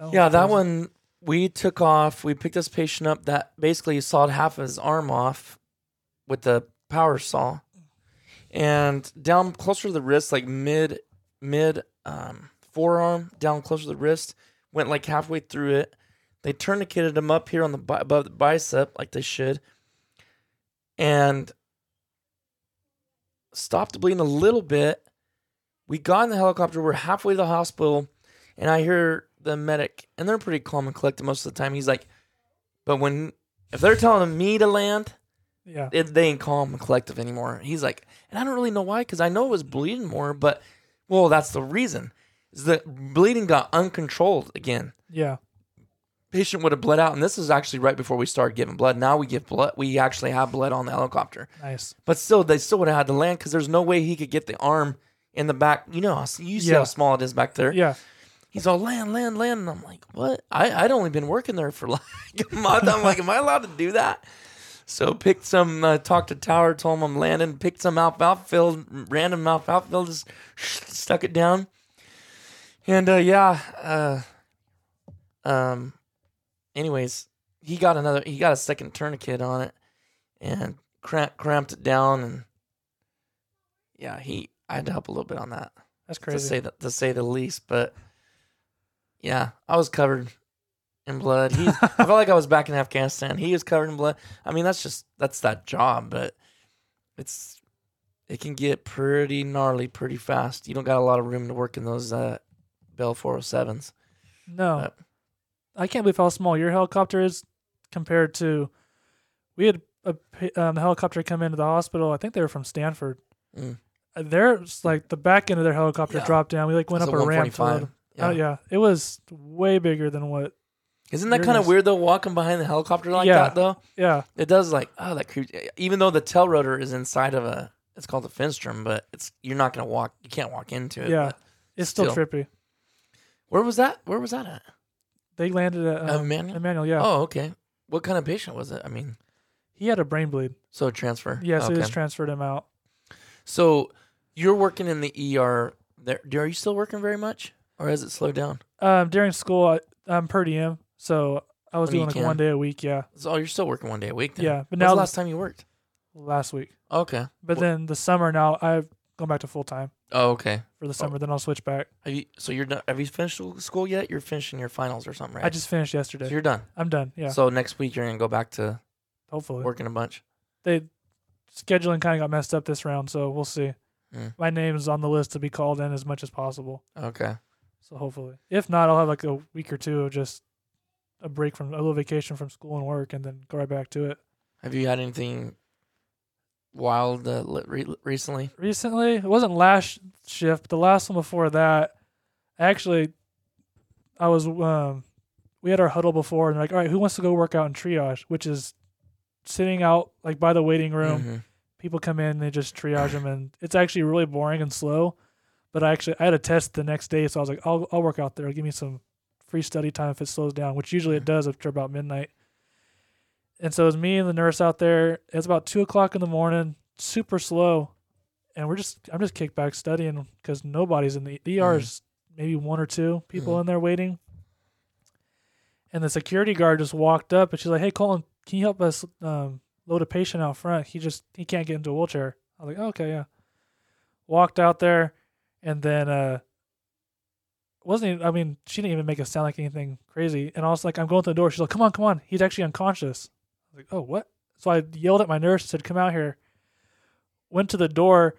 B: Oh,
A: Yeah, that
B: crazy.
A: one we took off. We picked this patient up that basically sawed half of his arm off with the power saw, and down closer to the wrist, like mid mid um, forearm, down closer to the wrist, went like halfway through it. They tourniqueted him up here on the bi- above the bicep, like they should, and stopped bleeding a little bit. We got in the helicopter. We're halfway to the hospital and I hear the medic, and they're pretty calm and collected most of the time. He's like, but when if they're telling me to land,
B: Yeah.
A: it, they ain't calm and collective anymore. He's like, and I don't really know why, because I know it was bleeding more, but well, that's the reason is the bleeding got uncontrolled again.
B: Yeah.
A: Patient would have bled out, and this is actually right before we started giving blood. Now we give blood. We actually have blood on the helicopter.
B: Nice.
A: But still, they still would have had to land because there's no way he could get the arm in the back. You know, how- you see
B: Yeah.
A: how small it is back there.
B: Yeah.
A: He's all land, land, land. And I'm like, what? I, I'd only been working there for like a month. I'm like, am I allowed to do that? So picked some, uh, talked to Tower, told him I'm landing, picked some alfalfa field, random alfalfa field, just stuck it down. And uh, yeah, uh, um, anyways, he got another, he got a second tourniquet on it and cramp, cramped it down. And yeah, he, I had to help a little bit on that
B: That's
A: to
B: crazy.
A: say the, to say the least. But yeah, I was covered in blood. He, I felt like I was back in Afghanistan. He was covered in blood. I mean, that's just that's that job, but it's it can get pretty gnarly pretty fast. You don't got a lot of room to work in those uh, Bell 407s.
B: No.
A: Uh,
B: I can't believe how small your helicopter is compared to. We had a pa- um, the helicopter come into the hospital. I think they were from Stanford.
A: Mm.
B: Uh, There's like the back end of their helicopter
A: Yeah.
B: dropped down. We like went
A: It's
B: up a ramp. To
A: 145.
B: load 'em. Oh, yeah, it was way bigger than what.
A: Isn't that
B: You're
A: kind of
B: just-
A: weird though? Walking behind the helicopter like
B: Yeah.
A: that though,
B: Yeah,
A: it does like oh that creeps. Even though the tail rotor is inside of a, it's called a finstrom, but it's you're not gonna walk. You can't walk into it.
B: Yeah.
A: but-
B: it's still,
A: Still.
B: trippy.
A: Where was that? Where was that at?
B: They landed at um,
A: Emmanuel?
B: Emmanuel, yeah,
A: Oh, okay. What kind of patient was it? I mean,
B: he had a brain bleed.
A: so transfer.
B: Yeah, so
A: okay.
B: they just transferred him out.
A: so you're working in the ER. There, are you still working very much, or has it slowed down?
B: Um, during school, I, I'm per diem, so I was
A: When you
B: doing like
A: can.
B: one day a week. Yeah,
A: So oh, you're still working one day a week. Then.
B: Yeah, but
A: When's
B: now-
A: the last time you worked.
B: last week.
A: Okay.
B: But
A: Wh-
B: then the summer now, I've gone back to full time
A: Oh, okay.
B: for the summer. Then I'll switch back.
A: Have you? So you're done? Have you finished school yet? You're finishing your finals or something, right?
B: I just finished yesterday.
A: So you're done.
B: I'm done. Yeah,
A: So next week you're gonna go back to
B: hopefully.
A: working a bunch.
B: They scheduling kind of got messed up this round, so we'll see.
A: Mm.
B: My name is on the list to be called in as much as possible.
A: Okay.
B: So hopefully, if not, I'll have like a week or two of just a break from a little vacation from school and work, and then go right back to it.
A: Have you had anything wild uh, li- re- recently?
B: recently. It wasn't last shift, but the last one before that. Actually, I was um, we had our huddle before, and like, all right, who wants to go work out in triage, which is sitting out like by the waiting room.
A: Mhm.
B: People come in, they just triage them, and it's actually really boring and slow. But I actually I had a test the next day, so I was like, I'll I'll work out there. Give me some free study time if it slows down, which usually it does after about midnight. And so it was me and the nurse out there. It's about two o'clock in the morning, super slow, and we're just I'm just kicked back studying because nobody's in the ER. Is maybe one or two people in there waiting. And the security guard just walked up and she's like, "Hey, Colin, can you help us um, load a patient out front? He just he can't get into a wheelchair." I was like, oh, "Okay, yeah." Walked out there, and then uh, wasn't even, I mean, she didn't even make it sound like anything crazy. And I was like, I'm going to the door. She's like, come on, come on. He's actually unconscious. I was like, oh, what? So I yelled at my nurse, said, come out here. Went to the door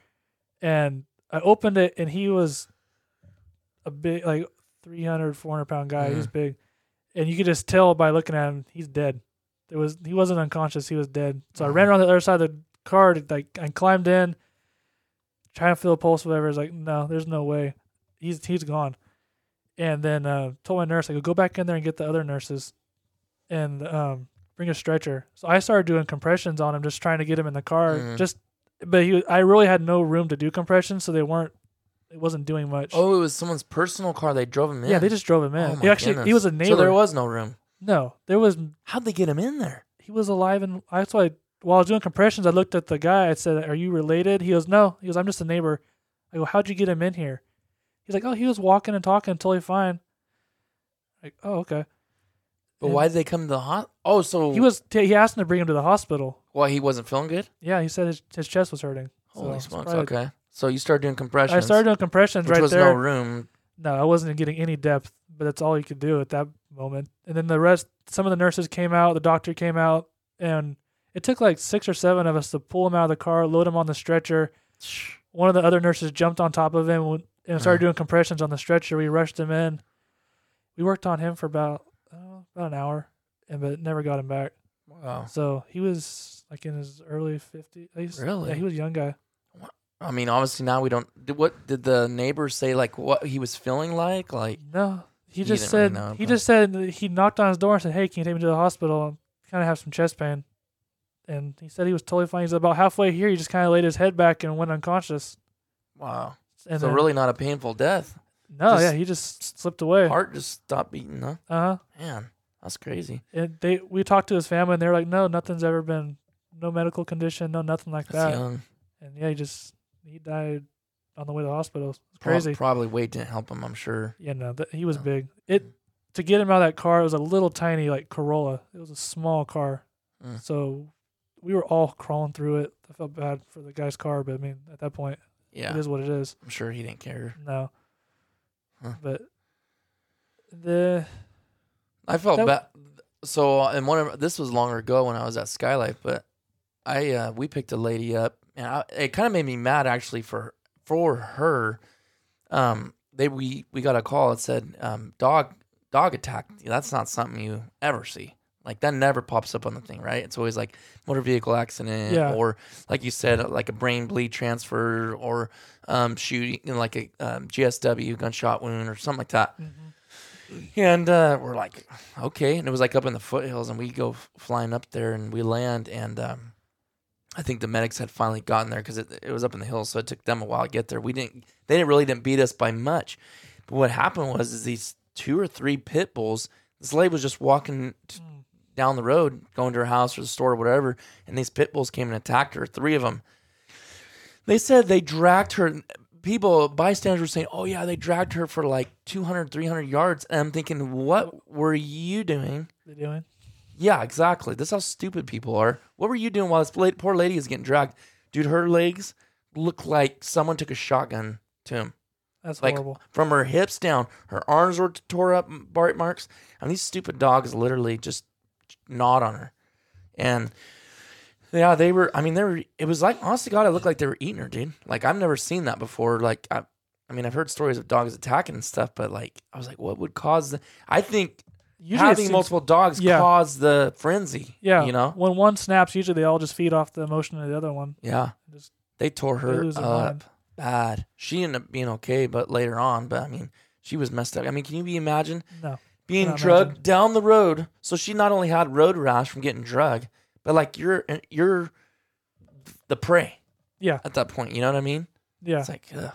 B: and I opened it, and he was a big, like 300, 400 pound guy. He's big. And you could just tell by looking at him, he's dead. It was he wasn't unconscious, he was dead. So
A: Mm-hmm.
B: I ran around the other side of the car to, like and climbed in, trying to feel a pulse, whatever. It's like, no, there's no way. He's he's gone and then uh, told my nurse, I go, go back in there and get the other nurses and um, bring a stretcher. So I started doing compressions on him, just trying to get him in the car.
A: Mhm.
B: Just, but he, I really had no room to do compressions, so they weren't, it wasn't doing much.
A: Oh, it was someone's personal car. They drove him in.
B: yeah, they just drove him
A: Oh
B: in.
A: my
B: he actually, he
A: goodness.
B: was a neighbor.
A: So there was no room.
B: no, there was,
A: How'd they get him in there?
B: he was alive, and that's why. While I was doing compressions, I looked at the guy. I said, "Are you related?" He goes, "No." He goes, "I'm just a neighbor." I go, "How'd you get him in here?" He's like, "Oh, he was walking and talking, totally fine." Like, oh, okay.
A: But
B: And-
A: why did they come to the hot? Oh, so
B: He was. He asked him to bring him to the hospital.
A: Why he wasn't feeling good?
B: Yeah, he said his, his chest was hurting. So
A: Holy
B: it's
A: smokes!
B: probably-
A: Okay, so you started doing compressions.
B: I started doing compressions
A: which
B: right
A: was
B: there.
A: no room.
B: No, I wasn't getting any depth, but that's all you could do at that moment. And then the rest, some of the nurses came out, the doctor came out, and it took like six or seven of us to pull him out of the car, load him on the stretcher. One of the other nurses jumped on top of him and started doing compressions on the stretcher. We rushed him in. We worked on him for about uh, about an hour, and but never got him back.
A: Wow.
B: So he was like in his early 50s. He's-
A: Really?
B: Yeah, he was a young guy.
A: I mean, obviously now we don't. Did, what did the neighbors say? Like what he was feeling like? Like
B: No, he
A: You
B: just
A: didn't really
B: said
A: know,
B: he
A: but-
B: just said that he knocked on his door and said, "Hey, can you take me to the hospital? I kind of have some chest pain." And he said he was totally fine. He's about halfway here. He just kind of laid his head back and went unconscious.
A: wow.
B: And
A: so
B: then-
A: really not a painful death.
B: no,
A: just-
B: yeah, he just slipped away. Uh
A: Heart just stopped beating. Huh?
B: huh.
A: Man, that's crazy.
B: And they we talked to his family, and they're like, "No, nothing's ever been, no medical condition, no nothing like
A: That's
B: that."
A: young.
B: And yeah, he just he died on the way to the hospital. It's
A: Pro-
B: crazy.
A: probably weight didn't help him. I'm sure.
B: Yeah, no, th- he was
A: Yeah.
B: big. It
A: Mm.
B: to get him out of that car, it was a little tiny like Corolla. It was a small car,
A: Mm.
B: so we were all crawling through it. I felt bad for the guy's car, but I mean, at that point,
A: Yeah,
B: it is what it is.
A: I'm sure he didn't care.
B: No,
A: Huh.
B: but the
A: I felt bad.
B: That-
A: So, and one of this was longer ago when I was at Skylight, but I uh, we picked a lady up, and I, it kind of made me mad actually for for her. Um, they we we got a call. It said um, dog dog attack. That's not something you ever see. Like that never pops up on the thing, right? It's always like motor vehicle accident,
B: Yeah.
A: or like you said, like a brain bleed transfer, or um, shooting, you know, like a um, GSW gunshot wound, or something like that. And uh, we're like, okay. And it was like up in the foothills, and we go f- flying up there, and we land, and um, I think the medics had finally gotten there because it, it was up in the hills, so it took them a while to get there. We didn't, they didn't really didn't beat us by much. But what happened was, is these two or three pit bulls. This lady was just walking t- down the road, going to her house or the store or whatever, and these pit bulls came and attacked her. Three of them. They said they dragged her. People, bystanders were saying, oh, yeah, they dragged her for like 200, 300 yards. And I'm thinking, what were you doing?
B: they doing?
A: Yeah, exactly. That's how stupid people are. What were you doing while this la- poor lady is getting dragged? Dude, her legs look like someone took a shotgun to him.
B: That's
A: Like
B: horrible.
A: from her hips down, her arms were t- tore up, m- bite marks. And these stupid dogs literally just gnawed on her. And yeah, they were. I mean, they were. It was like, honest to God, it looked like they were eating her, dude. Like I've never seen that before. Like I, I mean, I've heard stories of dogs attacking and stuff, but like I was like, what would cause? The, I think
B: usually it
A: having
B: seems-
A: multiple dogs
B: yeah.
A: caused the frenzy.
B: Yeah,
A: you know.
B: when one snaps, usually they all just feed off the emotion of the other one.
A: Yeah,
B: Just
A: they tore
B: they
A: her
B: lose their
A: up
B: mind.
A: bad. She ended up being okay, but later on, but I mean, she was messed up. I mean, can you be imagine
B: No,
A: being
B: Cannot
A: drugged
B: imagine.
A: down the road? So she not only had road rash from getting drugged, but like you're uh, you're the prey
B: yeah,
A: at that point. You know what I mean?
B: yeah,
A: It's like ugh,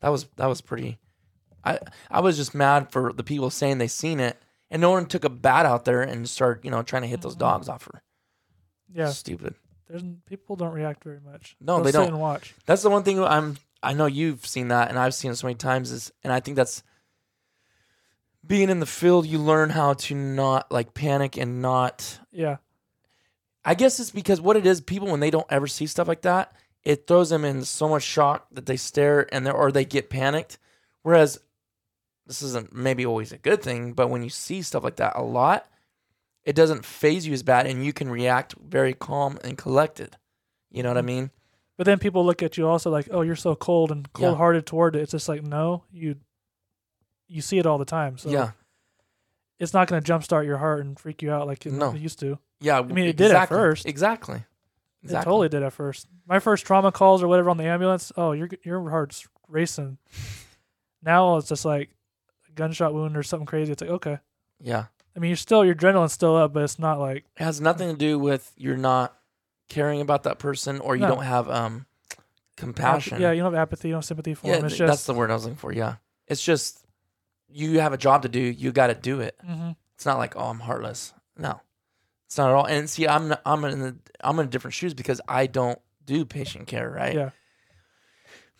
A: that was that was pretty. I I was just mad for the people saying they seen it, and no one took a bat out there and started you know trying to hit
B: Mm-hmm.
A: those dogs off her.
B: yeah.
A: Stupid.
B: There's people don't react very much.
A: No,
B: They'll
A: they
B: sit
A: don't.
B: And watch.
A: That's the one thing I'm. I know you've seen that, and I've seen it so many times. Is and I think that's being in the field. You learn how to not like panic and not
B: Yeah,
A: I guess it's because what it is, people when they don't ever see stuff like that, it throws them in so much shock that they stare and they or they get panicked. Whereas this isn't maybe always a good thing, but when you see stuff like that a lot, it doesn't phase you as bad, and you can react very calm and collected. You know
B: Mm.
A: what I mean?
B: but then people look at you also like, oh, you're so cold and cold-hearted toward it. It's just like, no, you, you see it all the time. So
A: yeah,
B: it's not going to jumpstart your heart and freak you out like it
A: No.
B: used to.
A: yeah. I
B: mean, it did at first.
A: Exactly.
B: It totally did at first. My first trauma calls or whatever on the ambulance. Oh, your your heart's racing. now it's just like a gunshot wound or something crazy. It's like okay.
A: Yeah,
B: I mean, you're still your adrenaline's still up, but it's not like
A: it has nothing to do with you're not caring about that person or you
B: No.
A: don't have um compassion.
B: Yeah, you don't have apathy, you don't have sympathy for him. It's
A: th- that's
B: just
A: the word I was looking for. Yeah, it's just you have a job to do. You got to do it.
B: Mhm.
A: It's not like oh, I'm heartless. No, it's not at all. And see, I'm not, I'm in the, I'm in different shoes because I don't do patient care, right?
B: yeah,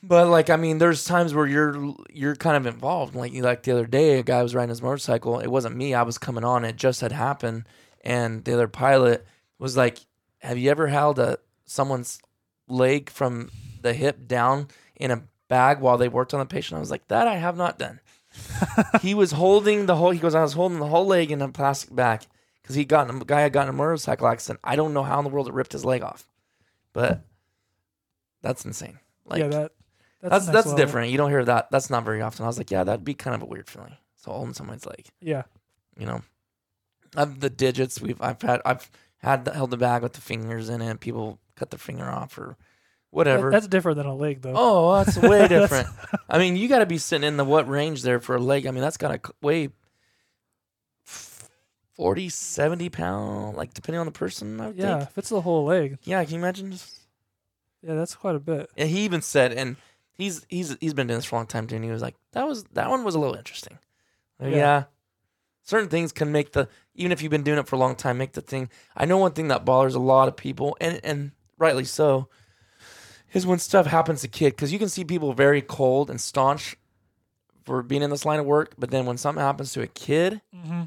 A: But like, I mean, there's times where you're you're kind of involved. Like like the other day, a guy was riding his motorcycle. It wasn't me. I was coming on. It just had happened, and the other pilot was like, "Have you ever held a someone's leg from the hip down in a bag while they worked on the patient?" I was like, "That I have not done." he was holding the whole. He goes, "I was holding the whole leg in a plastic bag because he got in a guy had gotten in a motorcycle accident. I don't know how in the world it ripped his leg off, but that's insane." Like,
B: yeah. That
A: that's
B: next
A: that's
B: level.
A: different. You don't hear that. That's not very often. I was like, yeah, that'd be kind of a weird feeling. So holding someone's leg,
B: Yeah,
A: you know, I've, the digits we've I've had I've had the, held the bag with the fingers in it. People cut their finger off or whatever.
B: That- that's different than a leg though.
A: oh, that's way
B: That's-
A: different. I mean, you got to be sitting in the what range there for a leg? I mean, that's got to weigh 40, 70 pound, like depending on the person. I would
B: yeah,
A: think.
B: if it's the whole leg,
A: Yeah, can you imagine? Just
B: yeah, that's quite a bit.
A: And he even said, and he's he's he's been doing this for a long time too. And he was like, that was that one was a little interesting. Like,
B: Yeah.
A: yeah. certain things can make the even if you've been doing it for a long time, make the thing. I know one thing that bothers a lot of people, and and rightly so, is when stuff happens to kid because you can see people very cold and staunch for being in this line of work, but then when something happens to a kid,
B: hmm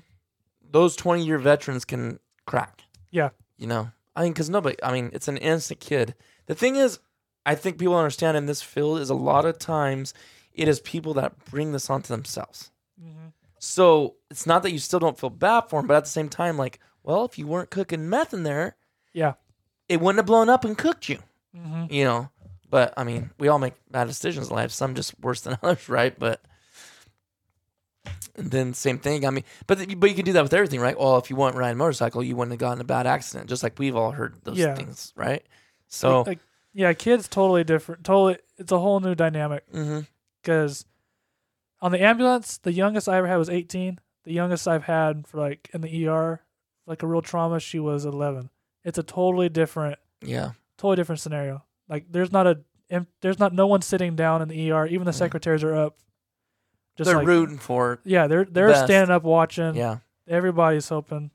A: those twenty year veterans can crack.
B: Yeah,
A: You know, I mean, because nobody, I mean, it's an innocent kid. The thing is, I think people understand in this field is a lot of times it is people that bring this onto themselves.
B: hmm
A: So it's not that you still don't feel bad for them, but at the same time, like, well, if you weren't cooking meth in there,
B: yeah,
A: it wouldn't have blown up and cooked you,
B: hmm
A: you know. But I mean, we all make bad decisions in life, some just worse than others, right? But and then same thing. I mean, but but you can do that with everything, right? Well, if you weren't riding a motorcycle, you wouldn't have gotten a bad accident, just like we've all heard those
B: Yeah.
A: things, right? So
B: like, yeah, kids totally different. Totally, it's a whole new dynamic.
A: hmm
B: because on the ambulance, the youngest I ever had was 18. The youngest I've had for like in the ER, like a real trauma, she was 11. It's a totally different,
A: yeah,
B: totally different scenario. Like there's not a, em- there's not no one sitting down in the ER. Even the secretaries are up.
A: Mm. they're
B: like-
A: rooting for
B: Yeah, they're they're
A: Best.
B: standing up watching.
A: yeah,
B: everybody's hoping.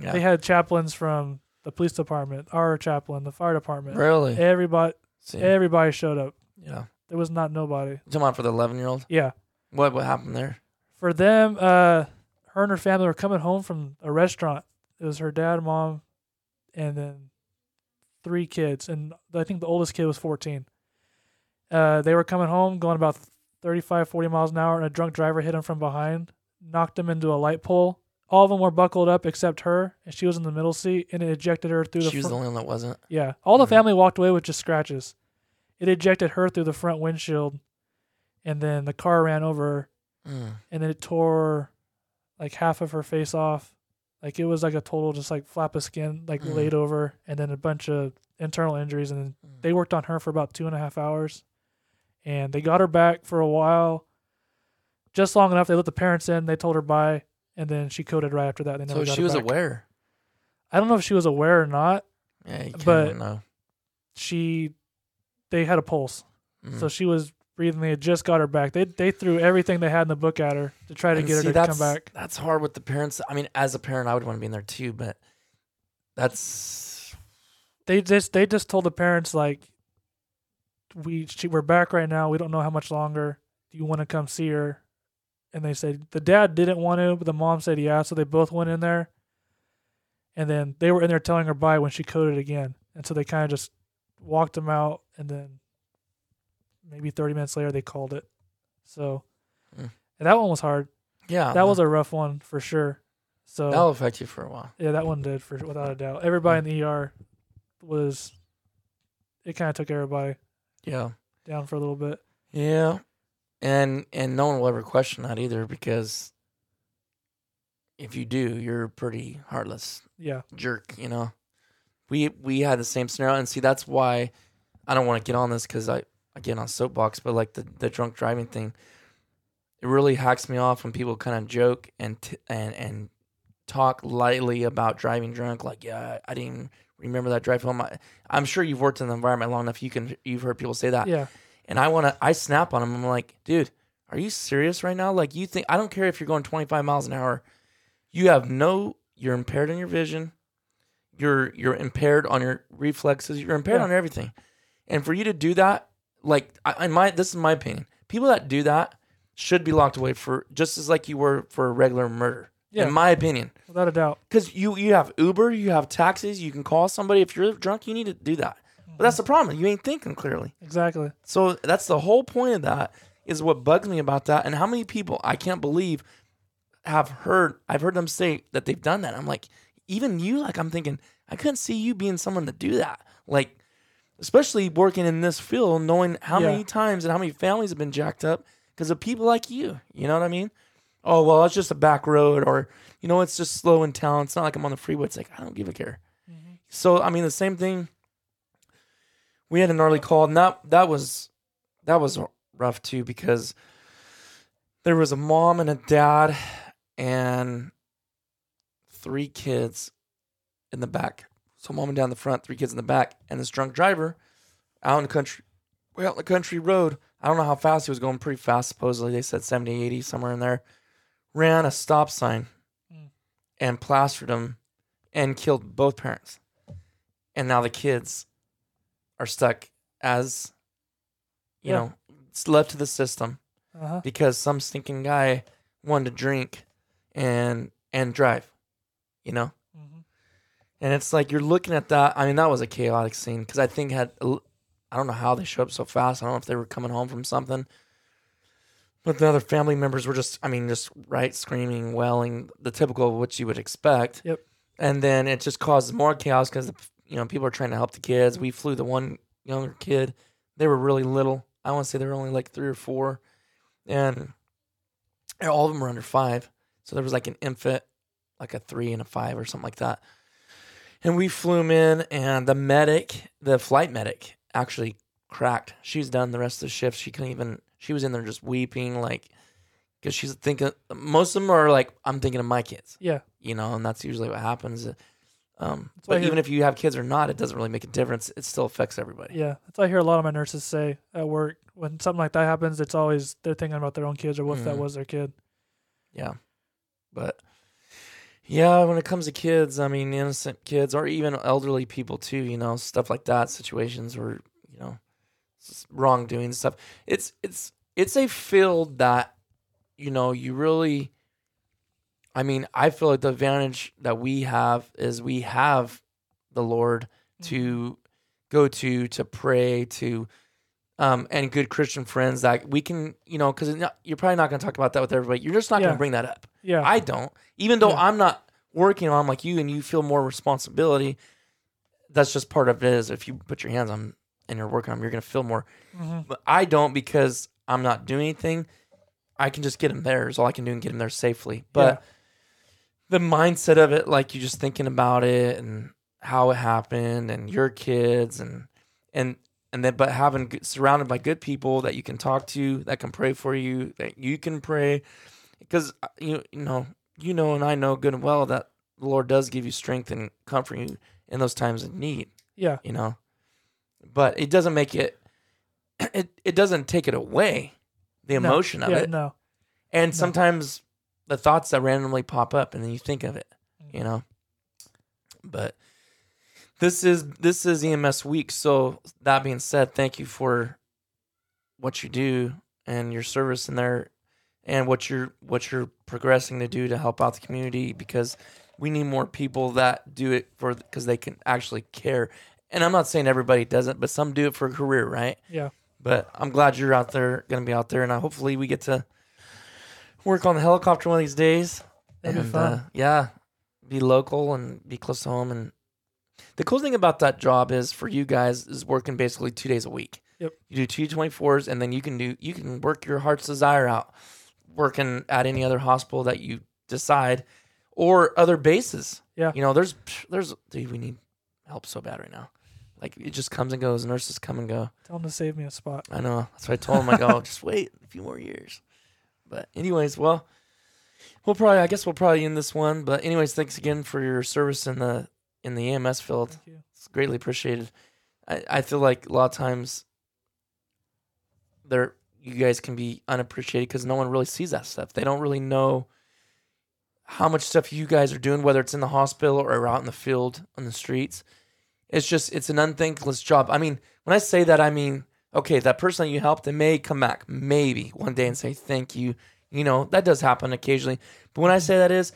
A: yeah.
B: They had chaplains from the police department, our chaplain, the fire department.
A: really,
B: Everybody,
A: See,
B: everybody showed up.
A: yeah.
B: There was not nobody.
A: Come on for the eleven-year-old.
B: Yeah.
A: What what happened there?
B: for them, uh, her and her family were coming home from a restaurant. It was her dad, mom, and then three kids, and I think the oldest kid was 14. Uh, they were coming home, going about 35, 40 miles an hour, and a drunk driver hit them from behind, knocked them into a light pole. All of them were buckled up except her, and she was in the middle seat, and it ejected her through the.
A: She was
B: front-
A: the only one that wasn't.
B: yeah. All the
A: Mhm.
B: family walked away with just scratches. It ejected her through the front windshield, and then the car ran over her,
A: Mm.
B: and then it tore like half of her face off. Like it was like a total just like flap of skin, like
A: Mm.
B: laid over, and then a bunch of internal injuries. And then they worked on her for about two and a half hours, and they got her back for a while, just long enough. They let the parents in. They told her bye, and then she coded right after that. They never
A: So
B: got
A: she
B: her
A: was
B: back.
A: aware.
B: I don't know if she was aware or not.
A: Yeah, you kind
B: But-
A: of know.
B: She, they had a pulse,
A: Mhm.
B: so she was breathing. They had just got her back. They they threw everything they had in the book at her to try to
A: And
B: get
A: see,
B: her to
A: that's,
B: come back.
A: That's hard with the parents. I mean, as a parent, I would want to be in there too, but that's
B: they just they just told the parents like we she, we're back right now we don't know how much longer do you want to come see her and they said the dad didn't want to but the mom said yeah so they both went in there and then they were in there telling her bye when she coded again and so they kind of just walked them out and then maybe 30 minutes later they called it so
A: Mm.
B: and that one was hard
A: yeah.
B: that was a rough one for sure so
A: that'll affect you for a while.
B: yeah, that one did for without a doubt. Everybody in the ER was. It kind of took everybody
A: Yeah,
B: down for a little bit.
A: yeah, and and no one will ever question that either because if you do, you're a pretty heartless
B: Yeah,
A: jerk. You know, we we had the same scenario, and see that's why I don't want to get on this because I I get on soapbox, but like the the drunk driving thing, it really hacks me off when people kind of joke and t- and and talk lightly about driving drunk. Like, yeah, I didn't even remember that drive home. I, I'm sure you've worked in the environment long enough. You can you've heard people say that.
B: yeah,
A: And I want to, I snap on him. I'm like, dude, are you serious right now? Like, you think, I don't care if you're going 25 miles an hour. You have no, you're impaired in your vision. You're, you're impaired on your reflexes. You're impaired
B: Yeah.
A: on everything. And for you to do that, like, I, I might, this is my opinion. People that do that should be locked away for just as like you were for a regular murder.
B: Yeah.
A: In my opinion
B: without a doubt.
A: because you you have Uber, you have taxis, you can call somebody. If you're drunk, you need to do that. But that's the problem. You ain't thinking clearly.
B: Exactly.
A: So that's the whole point of that. Is what bugs me about that, and how many people I can't believe have heard. I've heard them say that they've done that. I'm like, even you. Like I'm thinking, I couldn't see you being someone to do that. Like, especially working in this field, knowing how
B: Yeah.
A: many times and how many families have been jacked up because of people like you. You know what I mean? oh well it's just a back road or you know it's just slow in town it's not like i'm on the freeway it's like i don't give a care so i mean the same thing we had a gnarly call and that that was that was rough too because there was a mom and a dad and three kids in the back so mom and dad in the front three kids in the back and this drunk driver out in the country way out in the country road i don't know how fast he was going pretty fast supposedly they said 70 80 somewhere in there ran a stop sign
B: Mm.
A: and plastered him and killed both parents. And now the kids are stuck as, you
B: Yeah.
A: know, it's left to the system
B: Uh huh.
A: because some stinking guy wanted to drink and and drive, you know?
B: Mm-hmm.
A: And it's like you're looking at that. I mean, that was a chaotic scene because I think had I don't know how they showed up so fast. I don't know if they were coming home from something, but the other family members were just I mean just right screaming, wailing, the typical of what you would expect.
B: Yep.
A: And then it just causes more chaos because you know people are trying to help the kids. We flew the one younger kid. They were really little. I want to say they were only like three or four, and and all of them were under five. So there was like an infant, like a three and a five or something like that and we flew him in and the medic the flight medic actually cracked she's done the rest of the shift she couldn't even she was in there just weeping like because she's thinking most of them are like i'm thinking of my kids
B: Yeah.
A: you know and that's usually what happens um,
B: why I
A: but
B: hear-
A: even if you have kids or not it doesn't really make a difference it still affects everybody
B: Yeah, that's what I hear a lot of my nurses say at work. When something like that happens, it's always they're thinking about their own kids or what if that
A: Mhm.
B: was their kid.
A: But yeah, when it comes to kids, I mean, innocent kids or even elderly people too, you know, stuff like that, situations where, you know, s- wrongdoing stuff. It's it's it's a field that you know, you really I mean, I feel like the advantage that we have is we have the Lord to go to to pray to um and good Christian friends that we can, you know, cuz you're probably not going to talk about that with everybody. You're just not going
B: Yeah.
A: to bring that up.
B: Yeah,
A: I don't. Even though
B: Yeah.
A: I'm not working on like you and you feel more responsibility, that's just part of it is if you put your hands on 'em and you're working on 'em, you're going to feel more.
B: Mhm.
A: But I don't because I'm not doing anything. I can just get him there is all I can do and get him there safely. But the mindset of it, like you just thinking about it and how it happened and your kids and and and then but having good- surrounded by good people that you can talk to that can pray for you that you can pray because uh, you you know you know and I know good and well that the Lord does give you strength and comfort you in those times of need
B: Yeah.
A: you know but it doesn't make it it, it doesn't take it away the
B: No.
A: emotion of
B: yeah,
A: it
B: No.
A: and sometimes the thoughts that randomly pop up and then you think of it
B: Mm-hmm.
A: you know but this is this is ems week so that being said thank you for what you do and your service in there and what you're what you're progressing to do to help out the community because we need more people that do it for because they can actually care and i'm not saying everybody doesn't but some do it for a career right
B: Yeah.
A: but I'm glad you're out there, going to be out there, and I, hopefully we get to work on the helicopter one of these days.
B: That'd be
A: And,
B: fun.
A: uh, yeah, be local and be close to home. And the cool thing about that job is for you guys is working basically two days a week.
B: Yep.
A: You do two 24s, and then you can do you can work your heart's desire out, working at any other hospital that you decide, or other bases.
B: Yeah.
A: You know, there's there's dude, we need help so bad right now. Like it just comes and goes. Nurses come and go.
B: Tell them to save me a spot.
A: I know. That's what I told him. I go, just wait a few more years. But anyways, well, we'll probably. I guess we'll probably end this one. But anyways, thanks again for your service in the in the EMS field.
B: Thank you.
A: It's greatly appreciated. I, I feel like a lot of times there you guys can be unappreciated because no one really sees that stuff. They don't really know how much stuff you guys are doing, whether it's in the hospital or out in the field on the streets. It's just it's an unthankless job. I mean, when I say that, I mean okay, that person that you helped, they may come back maybe one day and say thank you. You know that does happen occasionally, but when I say that is,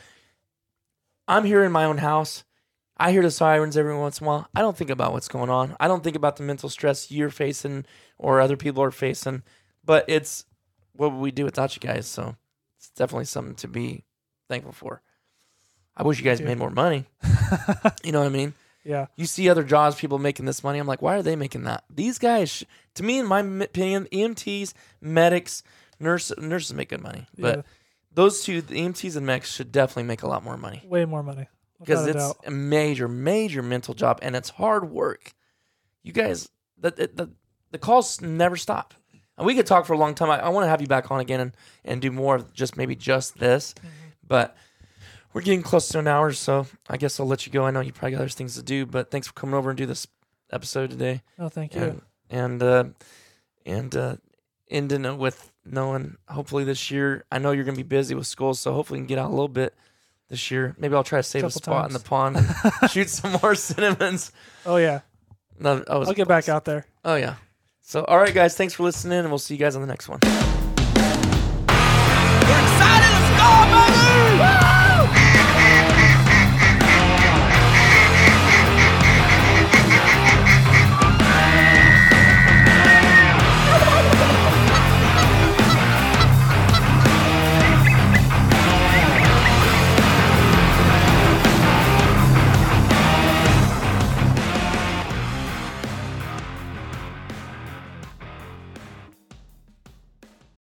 A: I'm here in my own house. I hear the sirens every once in a while. I don't think about what's going on. I don't think about the mental stress you're facing or other people are facing. But it's what would we do without you guys? So it's definitely something to be thankful for. I wish you guys
B: Dude.
A: made more money. you know what I mean?
B: Yeah.
A: You see other jobs, people making this money. I'm like, why are they making that? These guys, sh- to me, in my m- opinion, EMTs, medics, nurse, nurses make good money. But
B: Yeah.
A: those two, the EMTs and medics, should definitely make a lot more money
B: Way more money.
A: because
B: Without a
A: it's
B: doubt.
A: a major, major mental job and it's hard work. You guys, the the, the, the calls never stop, and we could talk for a long time. I, I want to have you back on again and, and do more of just maybe just this,
B: Mm-hmm.
A: but we're getting close to an hour, so I guess I'll let you go. I know you probably got other things to do, but thanks for coming over and do this episode today,
B: No, thank you.
A: and and uh, and uh, ending it with knowing hopefully this year. I know you're gonna be busy with school, so hopefully you can get out a little bit. This year, maybe I'll try to save a
B: Couple
A: spot in
B: times.
A: the pond and shoot some more cinnamons.
B: oh yeah.
A: No, I was
B: I'll get back out there.
A: Oh yeah. So all right, guys, thanks for listening, and we'll see you guys on the next one.